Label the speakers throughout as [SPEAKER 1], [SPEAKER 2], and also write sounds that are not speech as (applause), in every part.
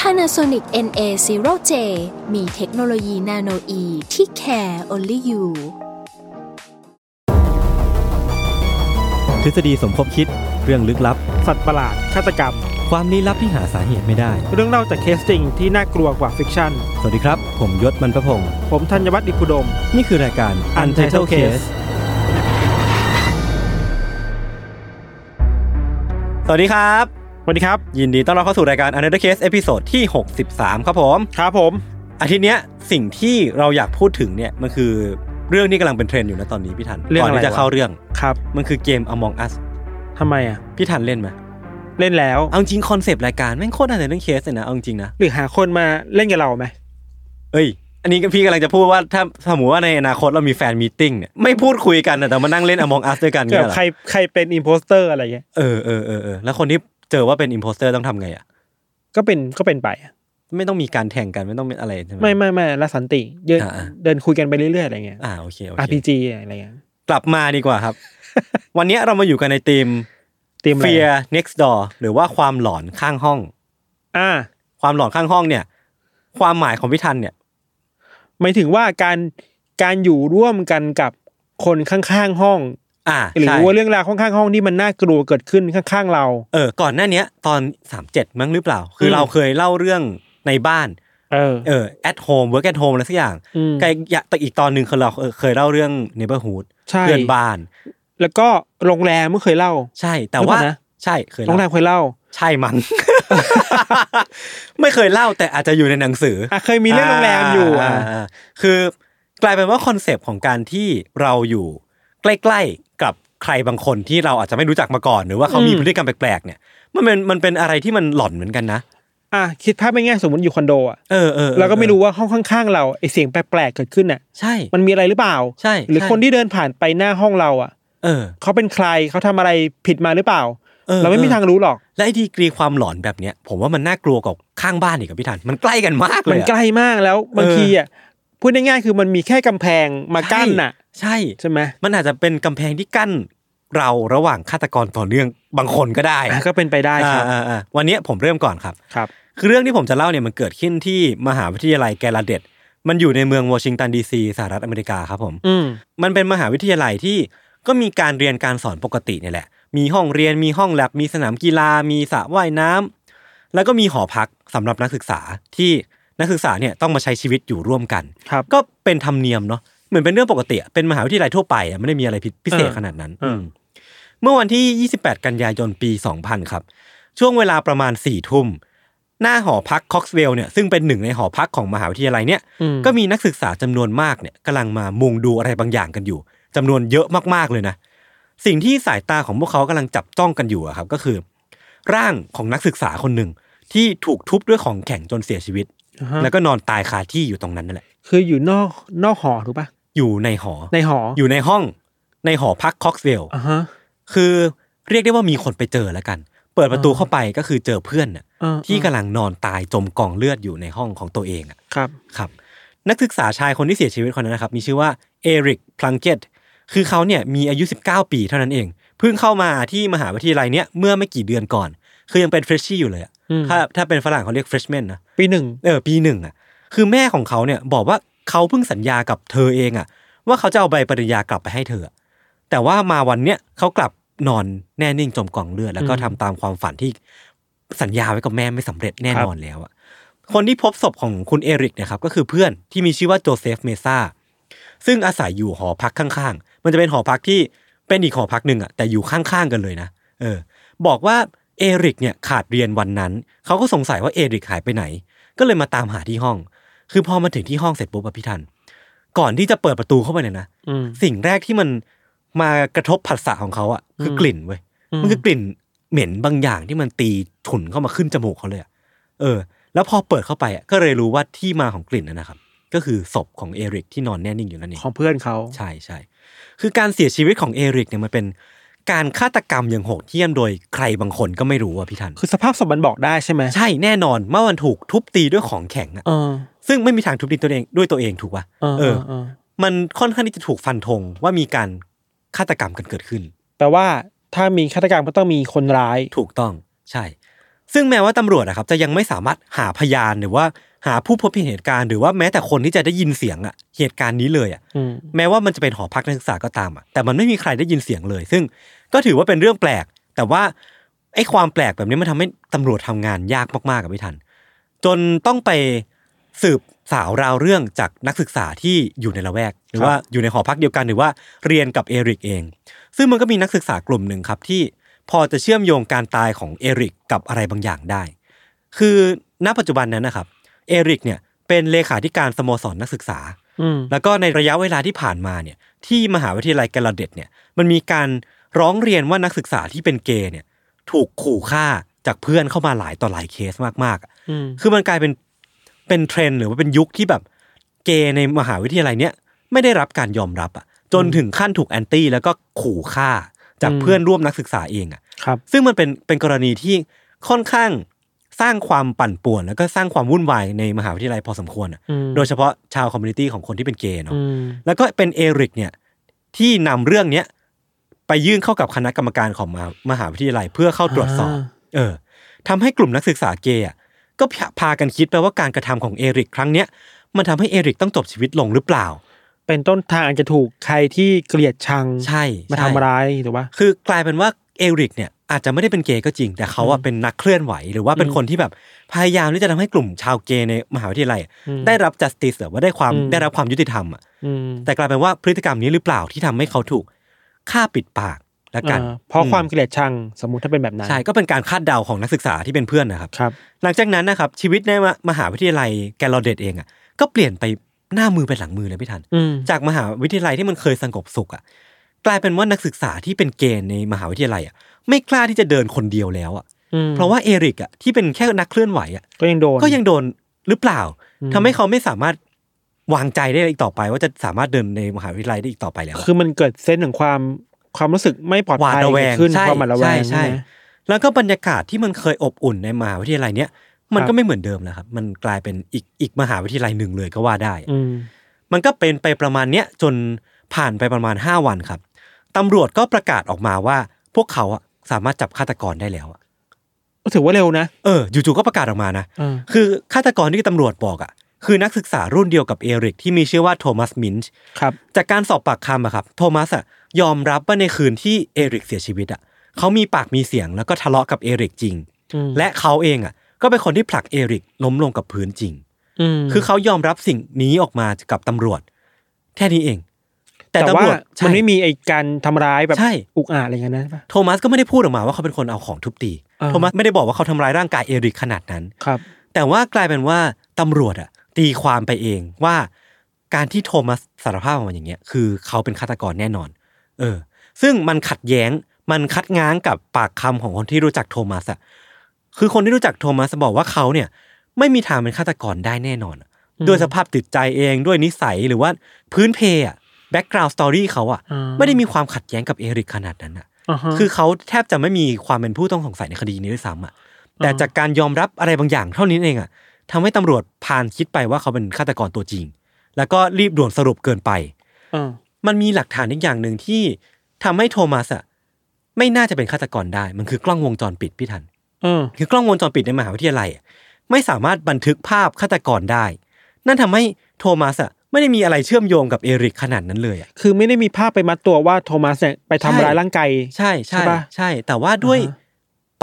[SPEAKER 1] Panasonic NA0J มีเทคโนโลยีนาโนอีที่ care only you
[SPEAKER 2] ทฤษฎีสมคบคิดเรื่องลึกลับ
[SPEAKER 3] สัตว์ประหลาด ฆาตกรรม
[SPEAKER 2] ความลี้ลับที่หาสาเหตุไม่ได้
[SPEAKER 3] เรื่องเล่าจากเคสจริงที่น่ากลัวกว่าฟิกชั่น
[SPEAKER 2] สวัสดีครับ ผมยศมันประพงศ์
[SPEAKER 3] ผมธัญวัฒน์อิพุดม
[SPEAKER 2] นี่คือรายการ Untitled Case สวัสดีครับ
[SPEAKER 3] สวัสดีครับ
[SPEAKER 2] ยินดีต้อนรับเข้าสู่รายการ Untitled Case เอพิโซดที่ 63 ครับผม
[SPEAKER 3] ครับผม
[SPEAKER 2] อาทิตย์เนี้ยสิ่งที่เราอยากพูดถึงเนี่ย มันคือเรื่องที่กำลังเป็นเทรนด์อยู่นะตอนนี้พี่ทัน
[SPEAKER 3] เรื่อง
[SPEAKER 2] ก่อน
[SPEAKER 3] อะไร
[SPEAKER 2] ที่จะเข้าว
[SPEAKER 3] ะ
[SPEAKER 2] เรื่อง
[SPEAKER 3] ครับ
[SPEAKER 2] มันคือเกม Among Us
[SPEAKER 3] ทำไมอ่ะ
[SPEAKER 2] พี่ทันเล่นไหม
[SPEAKER 3] เล่นแล้ว
[SPEAKER 2] เอาจริงคอนเซปต์รายการแม่งโคตร Untitled Case เลยนะเอาจริงนะ
[SPEAKER 3] หรือหาคนมาเล่นกับเราไหม
[SPEAKER 2] เอ้ย อันนี้ก็พี่กำลังจะพูดว่าถ้าสมมติว่าในอนาคตเรามีแฟนมีตติ้งเนี่ยไม่พูดคุยกันนะแต่มานั่งเล่นอมองอัสด้วยกัน
[SPEAKER 3] แบ
[SPEAKER 2] เนี่ย
[SPEAKER 3] บ
[SPEAKER 2] เหรอ
[SPEAKER 3] ใครใครเป็นอิ p โพสเตอร์อะไรเงี้ย
[SPEAKER 2] เออเออเออเออแล้วคนที่เจอว่าเป็นอิมโพสเตอร์ต้องทำไงอ่ะ
[SPEAKER 3] ก็เป็นก็เป็นไปอะ
[SPEAKER 2] ไม่ต้องมีการแข่งกันไม่ต้องเป็นอะไรใช่ไหม
[SPEAKER 3] ไม่ไม่ไม่ละสันติเดิน
[SPEAKER 2] อ่า
[SPEAKER 3] เดินคุยกันไปเรื่อยๆอะไรเงี้ย
[SPEAKER 2] อ่าโอเคโอเค
[SPEAKER 3] RPG อะไรเงี้ย
[SPEAKER 2] กลับมาดีกว่าครับ (laughs) วันนี้เรามาอยู่กันในทีม
[SPEAKER 3] ตีมอะไร
[SPEAKER 2] Fear Next Door หรือว่าความหลอนข้างห้อง
[SPEAKER 3] อ่า
[SPEAKER 2] ความหลอนข้างห้องเนี่ย ความหมายของพี่ทันเนี่ย
[SPEAKER 3] หมายถึงว่าการการอยู่ร่วมกันกับคนข้างๆห้อง
[SPEAKER 2] อ่า
[SPEAKER 3] หรือ
[SPEAKER 2] ใช่
[SPEAKER 3] ว่าเรื่องราวข้างๆห้องที่มันน่ากลัวเกิดขึ้นข้างๆเรา
[SPEAKER 2] เออก่อนหน้าเนี้ย ตอนสามเจ็ดมั้งหรือเปล่า คืออ
[SPEAKER 3] ม
[SPEAKER 2] เราเคยเล่าเรื่องในบ้าน
[SPEAKER 3] เออ
[SPEAKER 2] เออ at home work at home อะไรสักอย่าง
[SPEAKER 3] อืม
[SPEAKER 2] แต่อีกแต่อีกตอนหนึ่งคือเราเออเคยเล่าเรื่อง neighborhood
[SPEAKER 3] ใช่
[SPEAKER 2] เพื่อนบ้าน
[SPEAKER 3] แล้วก็โรงแรมไม่เคยเล่า
[SPEAKER 2] ใช่ แต่ว่า
[SPEAKER 3] เดี๋ยวก่อนนะ
[SPEAKER 2] ใช่เคย
[SPEAKER 3] โรงแร
[SPEAKER 2] เล่าม
[SPEAKER 3] เคยเล่า
[SPEAKER 2] ใช่มั้ง (laughs) ไม่เคยเล่าแต่อาจจะอยู่ในหนังสืออ
[SPEAKER 3] อ่ะเคยมีเรื่องโรงแรมอยู่อ่ะ
[SPEAKER 2] าอ่าคือกลายเป็นว่าคอนเซปต์ของการที่เราอยู่ใกล้ๆกับใครบางคนที่เราอาจจะไม่รู้จักมาก่อน หรือว่าเขามีพฤติกรรมแปลกๆเนี่ย มันเป็นมันเป็นอะไรที่มันหลอนเหมือนกันนะ
[SPEAKER 3] อ่ะคิดภาพไม่ง่ายสมมติอยู่คอนโดอ่ะ
[SPEAKER 2] เออเออออ
[SPEAKER 3] เราก็ไม่รู้ว่าห้องข้างๆเราไอเสียงแปลกๆเกิดขึ้นอ่ะ
[SPEAKER 2] ใช่
[SPEAKER 3] มันมีอะไรหรือเปล่า
[SPEAKER 2] ใช่
[SPEAKER 3] หรือคนที่เดินผ่านไปหน้าห้องเราอ่ะ
[SPEAKER 2] เออ
[SPEAKER 3] เขาเป็นใครเขาทำอะไรผิดมาหรือเปล่า
[SPEAKER 2] ออ
[SPEAKER 3] เราไม่มีทางรู้หรอก
[SPEAKER 2] และไอ้ดีกรีความหลอนแบบเนี้ยผมว่ามันน่ากลัวกว่าข้างบ้านอีกกับพี่ทัน มันใกล้กันมากเล
[SPEAKER 3] มัน
[SPEAKER 2] ยอะ
[SPEAKER 3] ใกล้มากแล้วบาง
[SPEAKER 2] เออ
[SPEAKER 3] ทีอ่ะพูดง่ายๆคือมันมีแค่กำแพงมากั้นน่ะ
[SPEAKER 2] ใช่
[SPEAKER 3] ใช่ไหม
[SPEAKER 2] มันอาจจะเป็นกำแพงที่กั้นเราระหว่างฆาตกรต่อเนื่องบางคนก็ได้
[SPEAKER 3] อ่ะก็เป็นไปได้ครับ
[SPEAKER 2] อ่าอ่าอ่าวันเนี้ยผมเริ่มก่อนครับ
[SPEAKER 3] ครับ
[SPEAKER 2] คือเรื่องที่ผมจะเล่าเนี่ยมันเกิดขึ้นที่มหาวิทยาลัยแกลาเดตมันอยู่ในเมืองวอชิงตันดีซีสหรัฐอเมริกาครับผม
[SPEAKER 3] อืม
[SPEAKER 2] มันเป็นมหาวิทยาลัยที่ก็มีการเรียนการสอนปกติเนี่ยแหละ มีห้องเรียน มีห้องแลบ มีสนามกีฬา มีสระว่ายน้ำ แล้วก็มีหอพักสำหรับนักศึกษาที่นักศึกษาเนี่ยต้องมาใช้ชีวิตอยู่ร่วมกัน
[SPEAKER 3] ครับ
[SPEAKER 2] ก็เป็นธรรมเนียมเนาะ เหมือนเป็นเรื่องปกติอะเป็นมหาวิทยาลัยทั่วไปอะไม่ได้มีอะไรผิดพิเศษ
[SPEAKER 3] เออ
[SPEAKER 2] ขนาดนั้น
[SPEAKER 3] เอออื
[SPEAKER 2] มเมื่อวันที่ 28 กันยายนปี 2000 ครับ ช่วงเวลาประมาณ4ี่ทุ่ม หน้าหอพักคอกสเวลเนี่ยซึ่งเป็นหนึ่งในหอพักของมหาวิทยาลัยเนี่ย
[SPEAKER 3] อืม
[SPEAKER 2] ก็มีนักศึกษาจำนวนมากเนี่ยกำลังมามุงดูอะไรบางอย่างกันอยู่จำนวนเยอะมากๆเลยนะ สิ่งที่สายตาของพวกเขากำลังจับจ้องกันอยู่อะครับ ก็คือ ร่างของนักศึกษาคนหนึ่งที่ถูกทุบด้วยของแข็งจนเสียชีวิต
[SPEAKER 3] อ่าฮะ
[SPEAKER 2] แล้วก็นอนตายคาที่อยู่ตรงนั้นนั่นแหละ
[SPEAKER 3] คืออยู่นอกนอกหอถูกปะ
[SPEAKER 2] อยู่ในหอ
[SPEAKER 3] ในหออ
[SPEAKER 2] อยู่ในห้องในหอพักคอกสเวล
[SPEAKER 3] อ่าฮะ
[SPEAKER 2] คือเรียกได้ว่ามีคนไปเจอแล้วกัน เปิดประตูเข้าไปก็คือเจอเพื่อนน่ะ
[SPEAKER 3] อ่า
[SPEAKER 2] ที่กำ
[SPEAKER 3] อ่า
[SPEAKER 2] ลังนอนตายจมกองเลือดอยู่ในห้องของตัวเองอะ
[SPEAKER 3] ครับ
[SPEAKER 2] ครับนักศึกษาชายคนที่เสียชีวิตคนนั้นนะครับ มีชื่อว่าเอริกพลังเกตคือเขาเนี่ยมีอายุ 19 ปีเท่านั้นเอง เพิ่งเข้ามาที่มหาวิทยาลัยเนี่ยเมื่อไม่กี่เดือนก่อน คือยังเป็นเฟรชชี่อยู่เลยอะ
[SPEAKER 3] อืม
[SPEAKER 2] ถ้าถ้าเป็นฝรั่งเขาเรียกเฟรชแมนนะ
[SPEAKER 3] ปีหนึ่ง
[SPEAKER 2] เออปีหนึ่งอ่ะคือแม่ของเขาเนี่ยบอกว่าเขาเพิ่งสัญญากับเธอเองอ่ะ ว่าเขาจะเอาใบปริญญากลับไปให้เธอ แต่ว่ามาวันเนี้ยเขากลับนอนแน่นิ่งจมกองเลือด แล้วก็ทำตามความฝันที่สัญญาไว้กับแม่ไม่สำเร็จแน่นอนแล้วอะ คนที่พบศพของคุณเอริกเนะครับก็คือเพื่อนที่มีชื่อว่าโจเซฟเมซ่าซึ่งอาศัยอยู่หอพักข้างๆ มันจะเป็นหอพักที่เป็นอีกหอพักหนึ่งอ่ะแต่อยู่ข้างๆกันเลยนะเออ บอกว่าเอริกเนี่ยขาดเรียนวันนั้น เขาก็สงสัยว่าเอริกหายไปไหน ก็เลยมาตามหาที่ห้อง คือพอมาถึงที่ห้องเสร็จปุ๊บอะพี่ทัน ก่อนที่จะเปิดประตูเข้าไปเนี่ยนะ
[SPEAKER 3] อืม
[SPEAKER 2] สิ่งแรกที่มันมากระทบผัสสะของเขาอ่ะคืออกลิ่นเว้ย มันคือกลิ่นเหม็นบางอย่างที่มันตีฉุนเข้ามาขึ้นจมูกเขาเลยอะเออ แล้วพอเปิดเข้าไปอ่ะก็เลยรู้ว่าที่มาของกลิ่นนะนะครับ ก็คือศพของเอริกที่นอนแน่นิ่งอยู่นั่นเอง
[SPEAKER 3] ของเพื่อนเขา
[SPEAKER 2] ใช่ใช่คือการเสียชีวิตของเอริกเนี่ยมันเป็นการฆาตกรรมอย่างโหดเหี้ยมโดยใครบางคนก็ไม่รู้อ่ะพี่ทัน
[SPEAKER 3] คือสภาพศพมันบอกได้ใช่ไหม
[SPEAKER 2] ใช่แน่นอนเมื่อมันถูกทุบตีด้วยของแข็งอ่ะ
[SPEAKER 3] เออ
[SPEAKER 2] ซึ่งไม่มีทางทุบตีตัวเองด้วยตัวเองถูกป่ะ
[SPEAKER 3] เออเออเออ
[SPEAKER 2] มันค่อนข้างที่จะถูกฟันธงว่ามีการฆาตกรรมกันเกิดขึ้น
[SPEAKER 3] แปลว่าถ้ามีฆาตกรรมก็ต้องมีคนร้าย
[SPEAKER 2] ถูกต้องใช่ ซึ่งแม้ว่าตำรวจนะครับ จะยังไม่สามารถหาพยานหรือว่าหาผู้พบเห็นเหตุการณ์หรือว่าแม้แต่คนที่จะได้ยินเสียงอะเหตุการณ์นี้เลยอะ
[SPEAKER 3] อืม
[SPEAKER 2] แม้ว่ามันจะเป็นหอพักนักศึกษาก็ตามอะแต่มันไม่มีใครได้ยินเสียงเลย ซึ่งก็ถือว่าเป็นเรื่องแปลก แต่ว่าไอ้ความแปลกแบบนี้มันทำให้ตำรวจทำงานยากมากๆกับพี่ทัน จนต้องไปสืบสาวราวเรื่องจากนักศึกษาที่อยู่ในละแวก หรือว่าอยู่ในหอพักเดียวกันหรือว่าเรียนกับเอริกเอง ซึ่งมันก็มีนักศึกษากลุ่มหนึ่งครับที่พอจะเชื่อมโยงการตายของเอริกกับอะไรบางอย่างได้ คือณปัจจุบันนั้นนะครับเอริกเนี่ยเป็นเลขาธิการสโมสรนักศึกษา
[SPEAKER 3] อืม
[SPEAKER 2] แล้วก็ในระยะเวลาที่ผ่านมาเนี่ยที่มหาวิทยาลัยแกลลาเดตเนี่ยมันมีการร้องเรียนว่านักศึกษาที่เป็นเกย์เนี่ยถูกขู่ฆ่าจากเพื่อนเข้ามาหลายต่อหลายเคสมากๆ
[SPEAKER 3] อืม
[SPEAKER 2] คือมันกลายเป็นเป็นเทรนด์หรือว่าเป็นยุคที่แบบเกย์ในมหาวิทยาลัยเนี้ยไม่ได้รับการยอมรับอ่ะจนถึงขั้นถูกแอนตี้แล้วก็ขู่ฆ่าจากเพื่อนร่วมนักศึกษาเองอ่ะ
[SPEAKER 3] ครับ
[SPEAKER 2] ซึ่งมันเป็นเป็นกรณีที่ค่อนข้างสร้างความปั่นป่วน แล้วก็สร้างความวุ่นวายในมหาวิทยาลัยพอสมควรอ่ะ
[SPEAKER 3] อืม
[SPEAKER 2] โดยเฉพาะชาวคอมมูนิตี้ของคนที่เป็นเกย์เนาะ
[SPEAKER 3] อืม
[SPEAKER 2] แล้วก็เป็นเอริกเนี่ยที่นำเรื่องเนี้ยไปยื่นเข้ากับคณะกรรมการของมหามหาวิทยาลัยเพื่อเข้าตรวจสอบ
[SPEAKER 3] า
[SPEAKER 2] เออทำให้กลุ่มนักศึกษาเกย์อะก็พาพากันคิดไปว่าการกระทำของเอริกครั้งเนี้ยมันทำให้เอริกต้องจบชีวิตลงหรือเปล่า
[SPEAKER 3] เป็นต้นทางอาจจะถูกใครที่เกลียดชัง
[SPEAKER 2] ใช่
[SPEAKER 3] มา
[SPEAKER 2] ใช่
[SPEAKER 3] ทำร้ายถูกปะ
[SPEAKER 2] คือกลายเป็นว่าเอริกเนี่ยอาจจะไม่ได้เป็นเกย์ก็จริง แต่เขาอะเป็นนักเคลื่อนไหว หรือว่าเป็น
[SPEAKER 3] อืม
[SPEAKER 2] คนที่แบบพยายามที่จะทำให้กลุ่มชาวเกย์ในมหาวิทยาลัยอะ
[SPEAKER 3] อืม
[SPEAKER 2] ได้รับ justice หรือว่าได้ความ
[SPEAKER 3] อืม
[SPEAKER 2] ได้รับความยุติธรรมอะ
[SPEAKER 3] อืม
[SPEAKER 2] แต่กลายเป็นว่าพฤติกรรมนี้หรือเปล่าที่ทำให้เขาถูกฆ่าปิดปากและกัน
[SPEAKER 3] อ่าเพราะความ
[SPEAKER 2] อื
[SPEAKER 3] เกลียดชังสมมุติถ้าเป็นแบบนั้น
[SPEAKER 2] ใช่ก็เป็นการคาดเดาของนักศึกษาที่เป็นเพื่อนนะครับ
[SPEAKER 3] ครับ
[SPEAKER 2] หลังจากนั้นนะครับชีวิตในมหาวิทยาลัยแกลลอเดตเองอ่ะก็เปลี่ยนไปหน้ามือเป็นหลังมือเลยพี่ทัน
[SPEAKER 3] อืม
[SPEAKER 2] จากมหาวิทยาลัยที่มันเคยสงบสุขอ่ะกลายเป็นว่านักศึกษาที่เป็นเกย์ในมหาวิทยาลัยอ่ะไม่กล้าที่จะเดินคนเดียวแล้วอ่ะ
[SPEAKER 3] อืม
[SPEAKER 2] เพราะว่าเอริกอ่ะที่เป็นแค่นักเคลื่อนไหวอ่ะ
[SPEAKER 3] ก็ยังโดน
[SPEAKER 2] ก็ยังโดนหรือเปล่า
[SPEAKER 3] อืม
[SPEAKER 2] ทำให้เขาไม่สามารถวางใจได้อีกต่อไป ว่าจะสามารถเดินในมหาวิทยาลัยได้อีกต่อไปแล้วอะ
[SPEAKER 3] คือมันเกิดเซนส์ของความความรู้สึกไม่ปลอด
[SPEAKER 2] หวาด
[SPEAKER 3] ภัย
[SPEAKER 2] ระแวง
[SPEAKER 3] ขึ้น
[SPEAKER 2] ใช่
[SPEAKER 3] ความหวาดระแวง
[SPEAKER 2] ใช่ใช่
[SPEAKER 3] ไหม
[SPEAKER 2] แล้วก็บรรยากาศที่มันเคยอบอุ่นในมหาวิทยาลัยเนี้ยมัน
[SPEAKER 3] ครับ
[SPEAKER 2] ก็ไม่เหมือนเดิมแล้วครับมันกลายเป็นอีกอีกมหาวิทยาลัยหนึ่งเลยก็ว่าได้อะ
[SPEAKER 3] อืม
[SPEAKER 2] มันก็เป็นไปประมาณเนี้ยจนผ่านไปประมาณ 5 วันครับ ตำรวจก็ประกาศออกมาว่า พวกเขาอะสามารถจับฆาตกรได้แล้วอะ
[SPEAKER 3] ก็ถือว่าเร็วนะ
[SPEAKER 2] เออจู่ๆก็ประกาศออกมานะ
[SPEAKER 3] อ่า
[SPEAKER 2] คือฆาตกรที่ตำรวจบอกอะคือนักศึกษารุ่นเดียวกับเอริกที่มีชื่อว่าโทมัสมินช์
[SPEAKER 3] ครับ
[SPEAKER 2] จากการสอบปากคำอะครับ โทมัสอะยอมรับว่าในคืนที่เอริกเสียชีวิตอะเขามีปากมีเสียงแล้วก็ทะเลาะกับเอริกจริง
[SPEAKER 3] อืม
[SPEAKER 2] และเขาเองอะก็เป็นคนที่ผลักเอริกล้มลงกับพื้นจริง
[SPEAKER 3] อืม
[SPEAKER 2] คือเขายอมรับสิ่งนี้ออกมากับตำรวจ แค่นี้เอง แต่
[SPEAKER 3] แต่
[SPEAKER 2] ตำ
[SPEAKER 3] ว่าร
[SPEAKER 2] วจใช่
[SPEAKER 3] มันไม่มีไอ้การทำร้ายแบบ
[SPEAKER 2] ใช่
[SPEAKER 3] อุกอาจอะไรเงี้ยนะใช่ปะ
[SPEAKER 2] โทมัสก็ไม่ได้พูดออกมาว่าเขาเป็นคนเอาของทุบตี
[SPEAKER 3] อ่า
[SPEAKER 2] โทมัสไม่ได้บอกว่าเขาทำร้ายร่างกายเอริกขนาดนั้น
[SPEAKER 3] ครับ
[SPEAKER 2] แต่ว่ากลายเป็นว่าตำรวจอะตีความไปเองว่าการที่โทมัสสารภาพออกมาอย่างเงี้ยคือเขาเป็นฆาตกรแน่นอน เออ ซึ่งมันขัดแย้งมันคัดง้างกับปากคำของคนที่รู้จักโทมัสอะคือคนที่รู้จักโทมัสบอกว่าเขาเนี่ย ไม่มีทางเป็นฆาตกรได้แน่นอนอะ
[SPEAKER 3] อืม
[SPEAKER 2] ด้วยสภาพติดใจเองด้วยนิสัยหรือว่าพื้นเพอะแบ็กกราวด์สตอรี่เขาอะ
[SPEAKER 3] อ่า
[SPEAKER 2] ไม่ได้มีความขัดแย้งกับเอริกขนาดนั้นอะ
[SPEAKER 3] าฮะ
[SPEAKER 2] คือเขาแทบจะไม่มีความเป็นผู้ต้องสงสัยในคดีนี้ด้วยซ้ำอ่ะ แต่
[SPEAKER 3] อ่า
[SPEAKER 2] จากการยอมรับอะไรบางอย่างเท่านี้เองอ่ะทำให้ตำรวจพานคิดไปว่าเขาเป็นฆาตกรตัวจริง แล้วก็รีบด่วนสรุปเกินไป
[SPEAKER 3] อ่า
[SPEAKER 2] มันมีหลักฐานอีกอย่างหนึ่งที่ทำให้โทมัสอ่ะไม่น่าจะเป็นฆาตกรได้ มันคือกล้องวงจรปิดพี่ทัน
[SPEAKER 3] อ่า
[SPEAKER 2] คือกล้องวงจรปิดในมหาวิทยาลัยอะไม่สามารถบันทึกภาพฆาตกรได้ นั่นทำให้โทมัสอ่ะไม่ได้มีอะไรเชื่อมโยงกับเอริกขนาดนั้นเลยอ่ะ
[SPEAKER 3] คือไม่ได้มีภาพไปมัดตัวว่าโทมัสเนี่ยไปทำร้าย
[SPEAKER 2] ใช่
[SPEAKER 3] ร่างกาย
[SPEAKER 2] ใช่
[SPEAKER 3] ใช่
[SPEAKER 2] ใช่
[SPEAKER 3] ปะ
[SPEAKER 2] ใช่ แต่ว่าด้วย
[SPEAKER 3] อ่าฮะ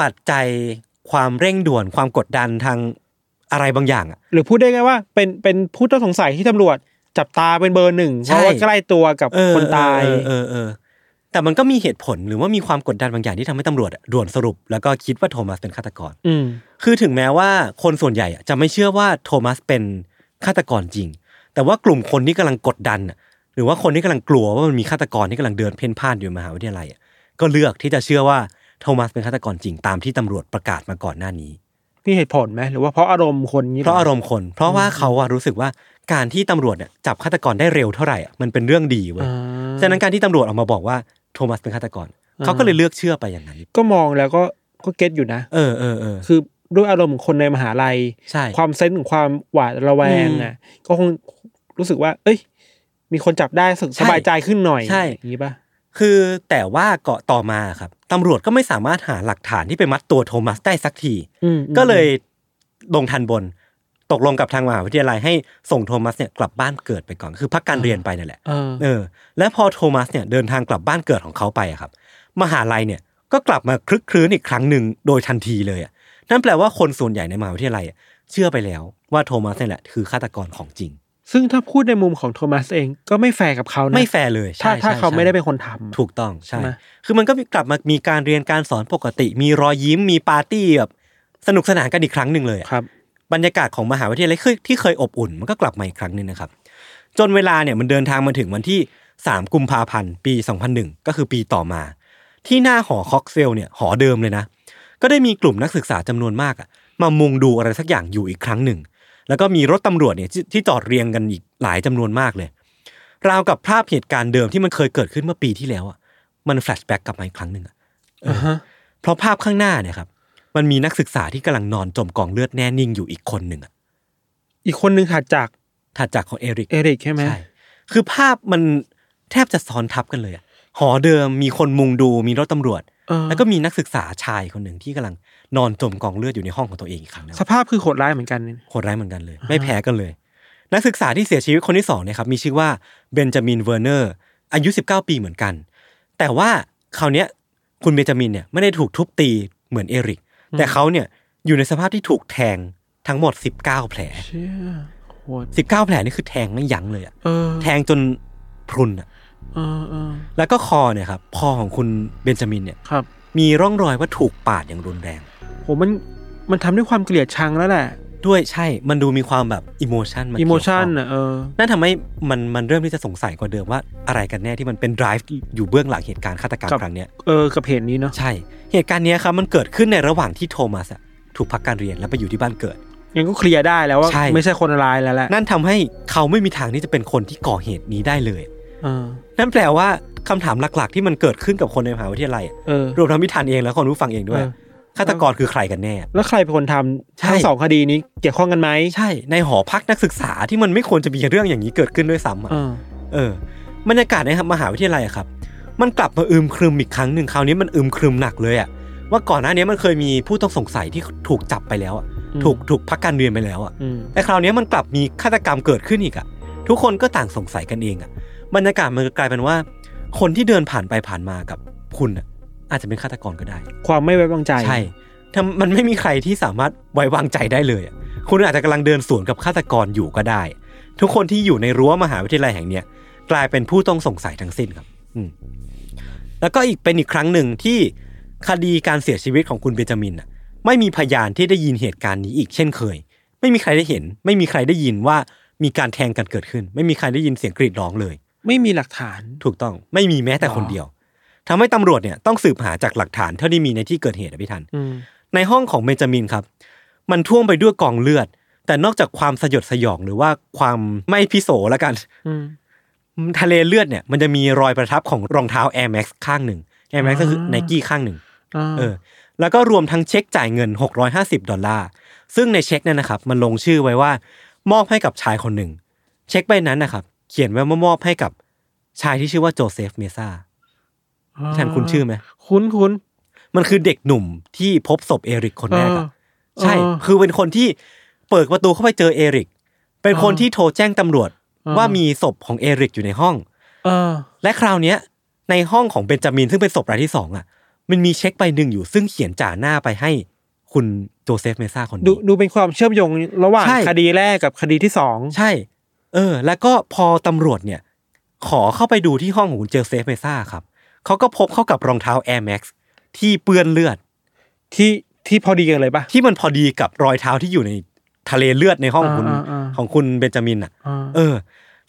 [SPEAKER 2] ปัจจัยความเร่งด่วนความกดดันทางอะไรบางอย่างอ่ะ
[SPEAKER 3] หรือพูดได้ไงว่าเป็นเป็นผู้ต้องสงสัยที่ตำรวจจับตาเป็นเบอร์หนึ่งเพ
[SPEAKER 2] ใช่
[SPEAKER 3] ราะว่าใกล้ตัวกับ
[SPEAKER 2] เออ
[SPEAKER 3] คนตาย
[SPEAKER 2] เออเออเออแต่มันก็มีเหตุผลหรือว่ามีความกดดันบางอย่างที่ทำให้ตำรวจอะด่วนสรุป แล้วก็คิดว่าโทมัสเป็นฆาตกร
[SPEAKER 3] อืม
[SPEAKER 2] คือถึงแม้ว่าคนส่วนใหญ่อะจะไม่เชื่อว่าโทมัสเป็นฆาตกรจริง แต่ว่ากลุ่มคนที่กำลังกดดันอะหรือว่าคนที่กำลังกลัวว่ามันมีฆาตกรที่กำลังเดินเพ่นพ่านอยู่ในมหาวิทยาลัยอะก็เลือกที่จะเชื่อว่าโทมัสเป็นฆาตกรจริงตามที่ตำรวจประกาศมาก่อนหน้านี้
[SPEAKER 3] ที่เหตุผลไหมหรือว่าเพราะอารมณ์คนนี้
[SPEAKER 2] เพราะอารมณ์คน เพราะว่าเขาอะรู้สึกว่าการที่ตำรวจเนี่ยจับฆาตกรได้เร็วเท่าไหร่อะมันเป็นเรื่องดีเว้ย
[SPEAKER 3] อ่า
[SPEAKER 2] ฉะนั้นการที่ตำรวจออกมาบอกว่าโทมัสเป็นฆาตกร
[SPEAKER 3] อ่า
[SPEAKER 2] เขาก็เลยเลือกเชื่อไปอย่างนั้น
[SPEAKER 3] ก็มองแล้วก็ก็เก็ตอยู่นะ
[SPEAKER 2] เออเออเออ
[SPEAKER 3] คือด้วยอารมณ์ของคนในมหาลัย
[SPEAKER 2] ใช่
[SPEAKER 3] ความเซนส์ของความหวาดระแวงอ่ะ ก็คงรู้สึกว่า เอ้ย มีคนจับได้รู้สึก
[SPEAKER 2] ใช่
[SPEAKER 3] สบายใจขึ้นหน่อย
[SPEAKER 2] ใช่
[SPEAKER 3] อย่างนี้ป่ะ
[SPEAKER 2] คือแต่ว่าเกาะต่อมาครับตำรวจก็ไม่สามารถหาหลักฐานที่ไปมัดตัวโทมัสได้สักที
[SPEAKER 3] อืม
[SPEAKER 2] ก็เลยลงทันบน ตกลงกับทางมหาวิทยาลัยให้ส่งโทมัสเนี่ยกลับบ้านเกิดไปก่อน คือพักการเรียนไปเนี่ยแหละ
[SPEAKER 3] เออ
[SPEAKER 2] เออ และพอโทมัสเนี่ยเดินทางกลับบ้านเกิดของเขาไปอะครับ มหาลัยเนี่ยก็กลับมาคลึกครื้นอีกครั้งหนึ่งโดยทันทีเลยอะนั่นแปลว่าคนส่วนใหญ่ในมหาวิทยาลัยอะเชื่อไปแล้วว่าโทมัสเนี่ยแหละคือฆาตกรของจริง
[SPEAKER 3] ซึ่งถ้าพูดในมุมของโทมัสเองก็ไม่แฟร์กับเขานะ
[SPEAKER 2] ไม่แฟร์เลย
[SPEAKER 3] ถ้า
[SPEAKER 2] ใช่
[SPEAKER 3] ถ้า
[SPEAKER 2] ใช่
[SPEAKER 3] เขา
[SPEAKER 2] ใช่
[SPEAKER 3] ไม่ได้เป็นคนทำอะ
[SPEAKER 2] ถูกต้องใช่
[SPEAKER 3] ใช่ไหม
[SPEAKER 2] คือมันก็กลับมามีการเรียนการสอนปกติ มีรอยยิ้มมีปาร์ตี้แบบสนุกสนานกันอีกครั้งหนึ่งเลยอะ
[SPEAKER 3] ครับ
[SPEAKER 2] บรรยากาศของมหาวิทยาลัยคือที่เคยอบอุ่น มันก็กลับมาอีกครั้งหนึ่งนะครับ จนเวลาเนี่ยมันเดินทางมาถึงวันที่ 3 กุมภาพันธ์ ปี 2001 ก็คือปีต่อมา ที่หน้าหอคอกเซลเนี่ยหอเดิมเลยนะ ก็ได้มีกลุ่มนักศึกษาจำนวนมากอะมามุงดูอะไรสักอย่างอยู่อีกครั้งหนึ่ง แล้วก็มีรถตำรวจเนี่ยที่ที่จอดเรียงกันอีกหลายจำนวนมากเลย ราวกับภาพเหตุการณ์เดิมที่มันเคยเกิดขึ้นเมื่อปีที่แล้วอ่ะ มันแฟลชแบ็กกลับมาอีกครั้งหนึ่งอะเอออ
[SPEAKER 3] อฮะ
[SPEAKER 2] เพราะภาพข้างหน้าเนี่ยครับ มันมีนักศึกษาที่กำลังนอนจมกองเลือดแน่นิ่งอยู่อีกคนหนึ่งอะ
[SPEAKER 3] อีกคนนึงหัดจาก
[SPEAKER 2] ถัดจากของเอริก
[SPEAKER 3] เอริกใช่ไหม
[SPEAKER 2] ใช่ คือภาพมันแทบจะซ้อนทับกันเลยอะหอเดิมมีคนมุงดูมีรถตำรวจ
[SPEAKER 3] เออ
[SPEAKER 2] แล้วก็มีนักศึกษาชายคนหนึ่งที่กำลังนอนจมกองเลือดอยู่ในห้องของตัวเองอีกครั้งแล้ว
[SPEAKER 3] สภาพคือโหดร้ายเหมือนกันเนี่ย
[SPEAKER 2] โหดร้ายเหมือนกันเลย ไม่แพ้กันเลย นักศึกษาที่เสียชีวิตคนที่สองเนยครับมีชื่อว่าเบนจามินเวอร์เนอร์อายุ 19 ปีเหมือนกัน แต่ว่าคราวเนี้ยคุณเบนจามินเนี่ยไม่ได้ถูกทุบตีเหมือนเอริก แต่เขาเนี่ยอยู่ในสภาพที่ถูกแทงทั้งหมด 19 แผล
[SPEAKER 3] เชี่ยโหด
[SPEAKER 2] 19 แผลนี่คือแทงไม่ยั้งเลยอะ
[SPEAKER 3] เออ
[SPEAKER 2] แทงจนพรุนอะ
[SPEAKER 3] เออเออ
[SPEAKER 2] แล้วก็คอเนี่ยครับคอของคุณเบนจามินเนี่ย
[SPEAKER 3] ครับ
[SPEAKER 2] มีร่องรอยว่าถูกปาดอย่างรุนแรง
[SPEAKER 3] ผมมันมันทำด้วยความเกลียดชังแล้วแหละ
[SPEAKER 2] ด้วยใช่มันดูมีความแบบอิโมชันมา
[SPEAKER 3] อิ
[SPEAKER 2] เกี่ยว
[SPEAKER 3] โม
[SPEAKER 2] ข้ง
[SPEAKER 3] ชันอ่ะเออ
[SPEAKER 2] นั่นทำให้มันมันเริ่มที่จะสงสัยกว่าเดิมว่าอะไรกันแน่ที่มันเป็น drive อยู่เบื้องหลังเหตุการณ์ฆาตกรรม
[SPEAKER 3] ครับ
[SPEAKER 2] ครั้งเนี้ย
[SPEAKER 3] เออกับเพจนี้เนาะ
[SPEAKER 2] ใช่ เหตุการณ์เนี้ยครับมันเกิดขึ้นในระหว่างที่โทมัสอะถูกพักการเรียนแล้วไปอยู่ที่บ้านเกิด
[SPEAKER 3] ยังก็เคลียร์ได้แล้วว่า
[SPEAKER 2] ใช่
[SPEAKER 3] ไม่ใช่คนร้ายแล้วแหละ
[SPEAKER 2] นั่นทำให้เขาไม่มีทางที่จะเป็นคนที่ก่อเหตุนี้ได้เลย
[SPEAKER 3] เออ
[SPEAKER 2] นั่นแปลว่าคำถามหลักๆ ที่มันเกิดขึ้นกับคนในมหาวิทยาลัยอะ
[SPEAKER 3] เออ
[SPEAKER 2] รวมทั้งพิธันเองและคนรู้ฟังเองด้วย
[SPEAKER 3] เออ
[SPEAKER 2] ฆาตกรคือใครกันแน่
[SPEAKER 3] แล้วใครเป็นคนทำ
[SPEAKER 2] ใช่
[SPEAKER 3] ทั้งสองคดีนี้เกี่ยวข้องกันไหม
[SPEAKER 2] ใช่ในหอพักนักศึกษาที่มันไม่ควรจะมีเรื่องอย่างนี้เกิดขึ้นด้วยซ้ำอะ
[SPEAKER 3] เออ
[SPEAKER 2] เออบรรยากาศในมหาวิทยาลัยอะครับ มันกลับมาอึมครึมอีกครั้งหนึ่งคราวนี้มันอึมครึมหนักเลยอะว่าก่อนหน้านี้มันเคยมีผู้ต้องสงสัยที่ถูกจับไปแล้วอะ
[SPEAKER 3] อืม
[SPEAKER 2] ถูกถูกพักการเรียนไปแล้วอะ
[SPEAKER 3] อืม
[SPEAKER 2] แต่คราวนี้มันกลับมีฆาตกรรมเกิดขึ้นอีกอะทุกคนก็ต่างสงสัยกันเองอะบรรยากาศมันกลายเป็นว่า คนที่เดินผ่านไปผ่านมากับคุณอะอาจจะเป็นฆาตกรก็ได้
[SPEAKER 3] ความไม่ไว้วางใจ
[SPEAKER 2] ใช่ทำมันไม่มีใครที่สามารถไว้วางใจได้เลยอะคุณอาจจะกำลังเดินสวนกับฆาตกรอยู่ก็ได้ ทุกคนที่อยู่ในรั้วมหาวิทยาลัยแห่งเนี้ยกลายเป็นผู้ต้องสงสัยทั้งสิ้นครับ อืมแล้วก็อีกเป็นอีกครั้งหนึ่งที่คดีการเสียชีวิตของคุณเบนจามินน่ะ ไม่มีพยานที่ได้ยินเหตุการณ์นี้อีกเช่นเคย ไม่มีใครได้เห็น ไม่มีใครได้ยินว่ามีการแทงกันเกิดขึ้น ไม่มีใครได้ยินเสียงกรีดร้องเลย
[SPEAKER 3] ไม่มีหลักฐาน
[SPEAKER 2] ถูกต้องไม่มีแม้แต่คนเดียวทำให้ตำรวจเนี่ยต้องสืบหาจากหลักฐานเท่าที่มีในที่เกิดเหตุอะพี่ทัน
[SPEAKER 3] อืม
[SPEAKER 2] ในห้องของเบนจามินครับ มันท่วมไปด้วยกองเลือด แต่นอกจากความสยดสยองหรือว่าความไม่พิโสละกัน
[SPEAKER 3] อืม
[SPEAKER 2] ทะเลเลือดเนี่ยมันจะมีรอยประทับของรองเท้า Air Max ข้างหนึ่ง Air Max ก็คือ
[SPEAKER 3] อ่า
[SPEAKER 2] ไนกี้ข้างหนึ่ง
[SPEAKER 3] อ่า
[SPEAKER 2] เออแล้วก็รวมทั้งเช็คจ่ายเงิน 650 ดอลลาร์ ซึ่งในเช็คเนี่ยนะครับ มันลงชื่อไว้ว่ามอบให้กับชายคนหนึ่ง เช็คใบนั้นนะครับ เขียนไว้ว่ามอบให้กับชายที่ชื่อว่าโจเซฟเมซ่าท่านคุณชื่อไหม
[SPEAKER 3] คุ้นคุ้น
[SPEAKER 2] มันคือเด็กหนุ่มที่พบศพเอริกคนแรกอะ
[SPEAKER 3] เออ
[SPEAKER 2] ใช่
[SPEAKER 3] เออ
[SPEAKER 2] คือเป็นคนที่เปิดประตูเข้าไปเจอเอริก เป็นคน
[SPEAKER 3] เออ
[SPEAKER 2] ที่โทรแจ้งตำรวจ
[SPEAKER 3] เออ
[SPEAKER 2] ว่ามีศพของเอริกอยู่ในห้อง
[SPEAKER 3] เออ
[SPEAKER 2] และคราวเนี้ยในห้องของเบนจามินซึ่งเป็นศพรายที่สองอ่ะ มันมีเช็คใบหนึ่งอยู่ซึ่งเขียนจ่าหน้าไปให้คุณโจเซฟเมซ่าคน
[SPEAKER 3] ดู
[SPEAKER 2] นี้
[SPEAKER 3] ดูเป็นความเชื่อมโยงระหว่าง
[SPEAKER 2] ใช่
[SPEAKER 3] คดีแรกกับคดีที่สอง
[SPEAKER 2] ใช่ เออ แล้วก็พอตำรวจเนี่ย ขอเข้าไปดูที่ห้องของคุณเจอเซฟเมซ่าครับเขาก็พบเข้ากับรองเท้า Air Max ที่เปื้อนเลือด
[SPEAKER 3] ที่ที่พอดีกันเลยปะ
[SPEAKER 2] ที่มันพอดีกับรอยเท้าที่อยู่ในทะเลเลือดในห้องคุณ
[SPEAKER 3] อ่าอ่าอ่า
[SPEAKER 2] ของคุณเบนจามินอ่ะ
[SPEAKER 3] อ่า
[SPEAKER 2] เออ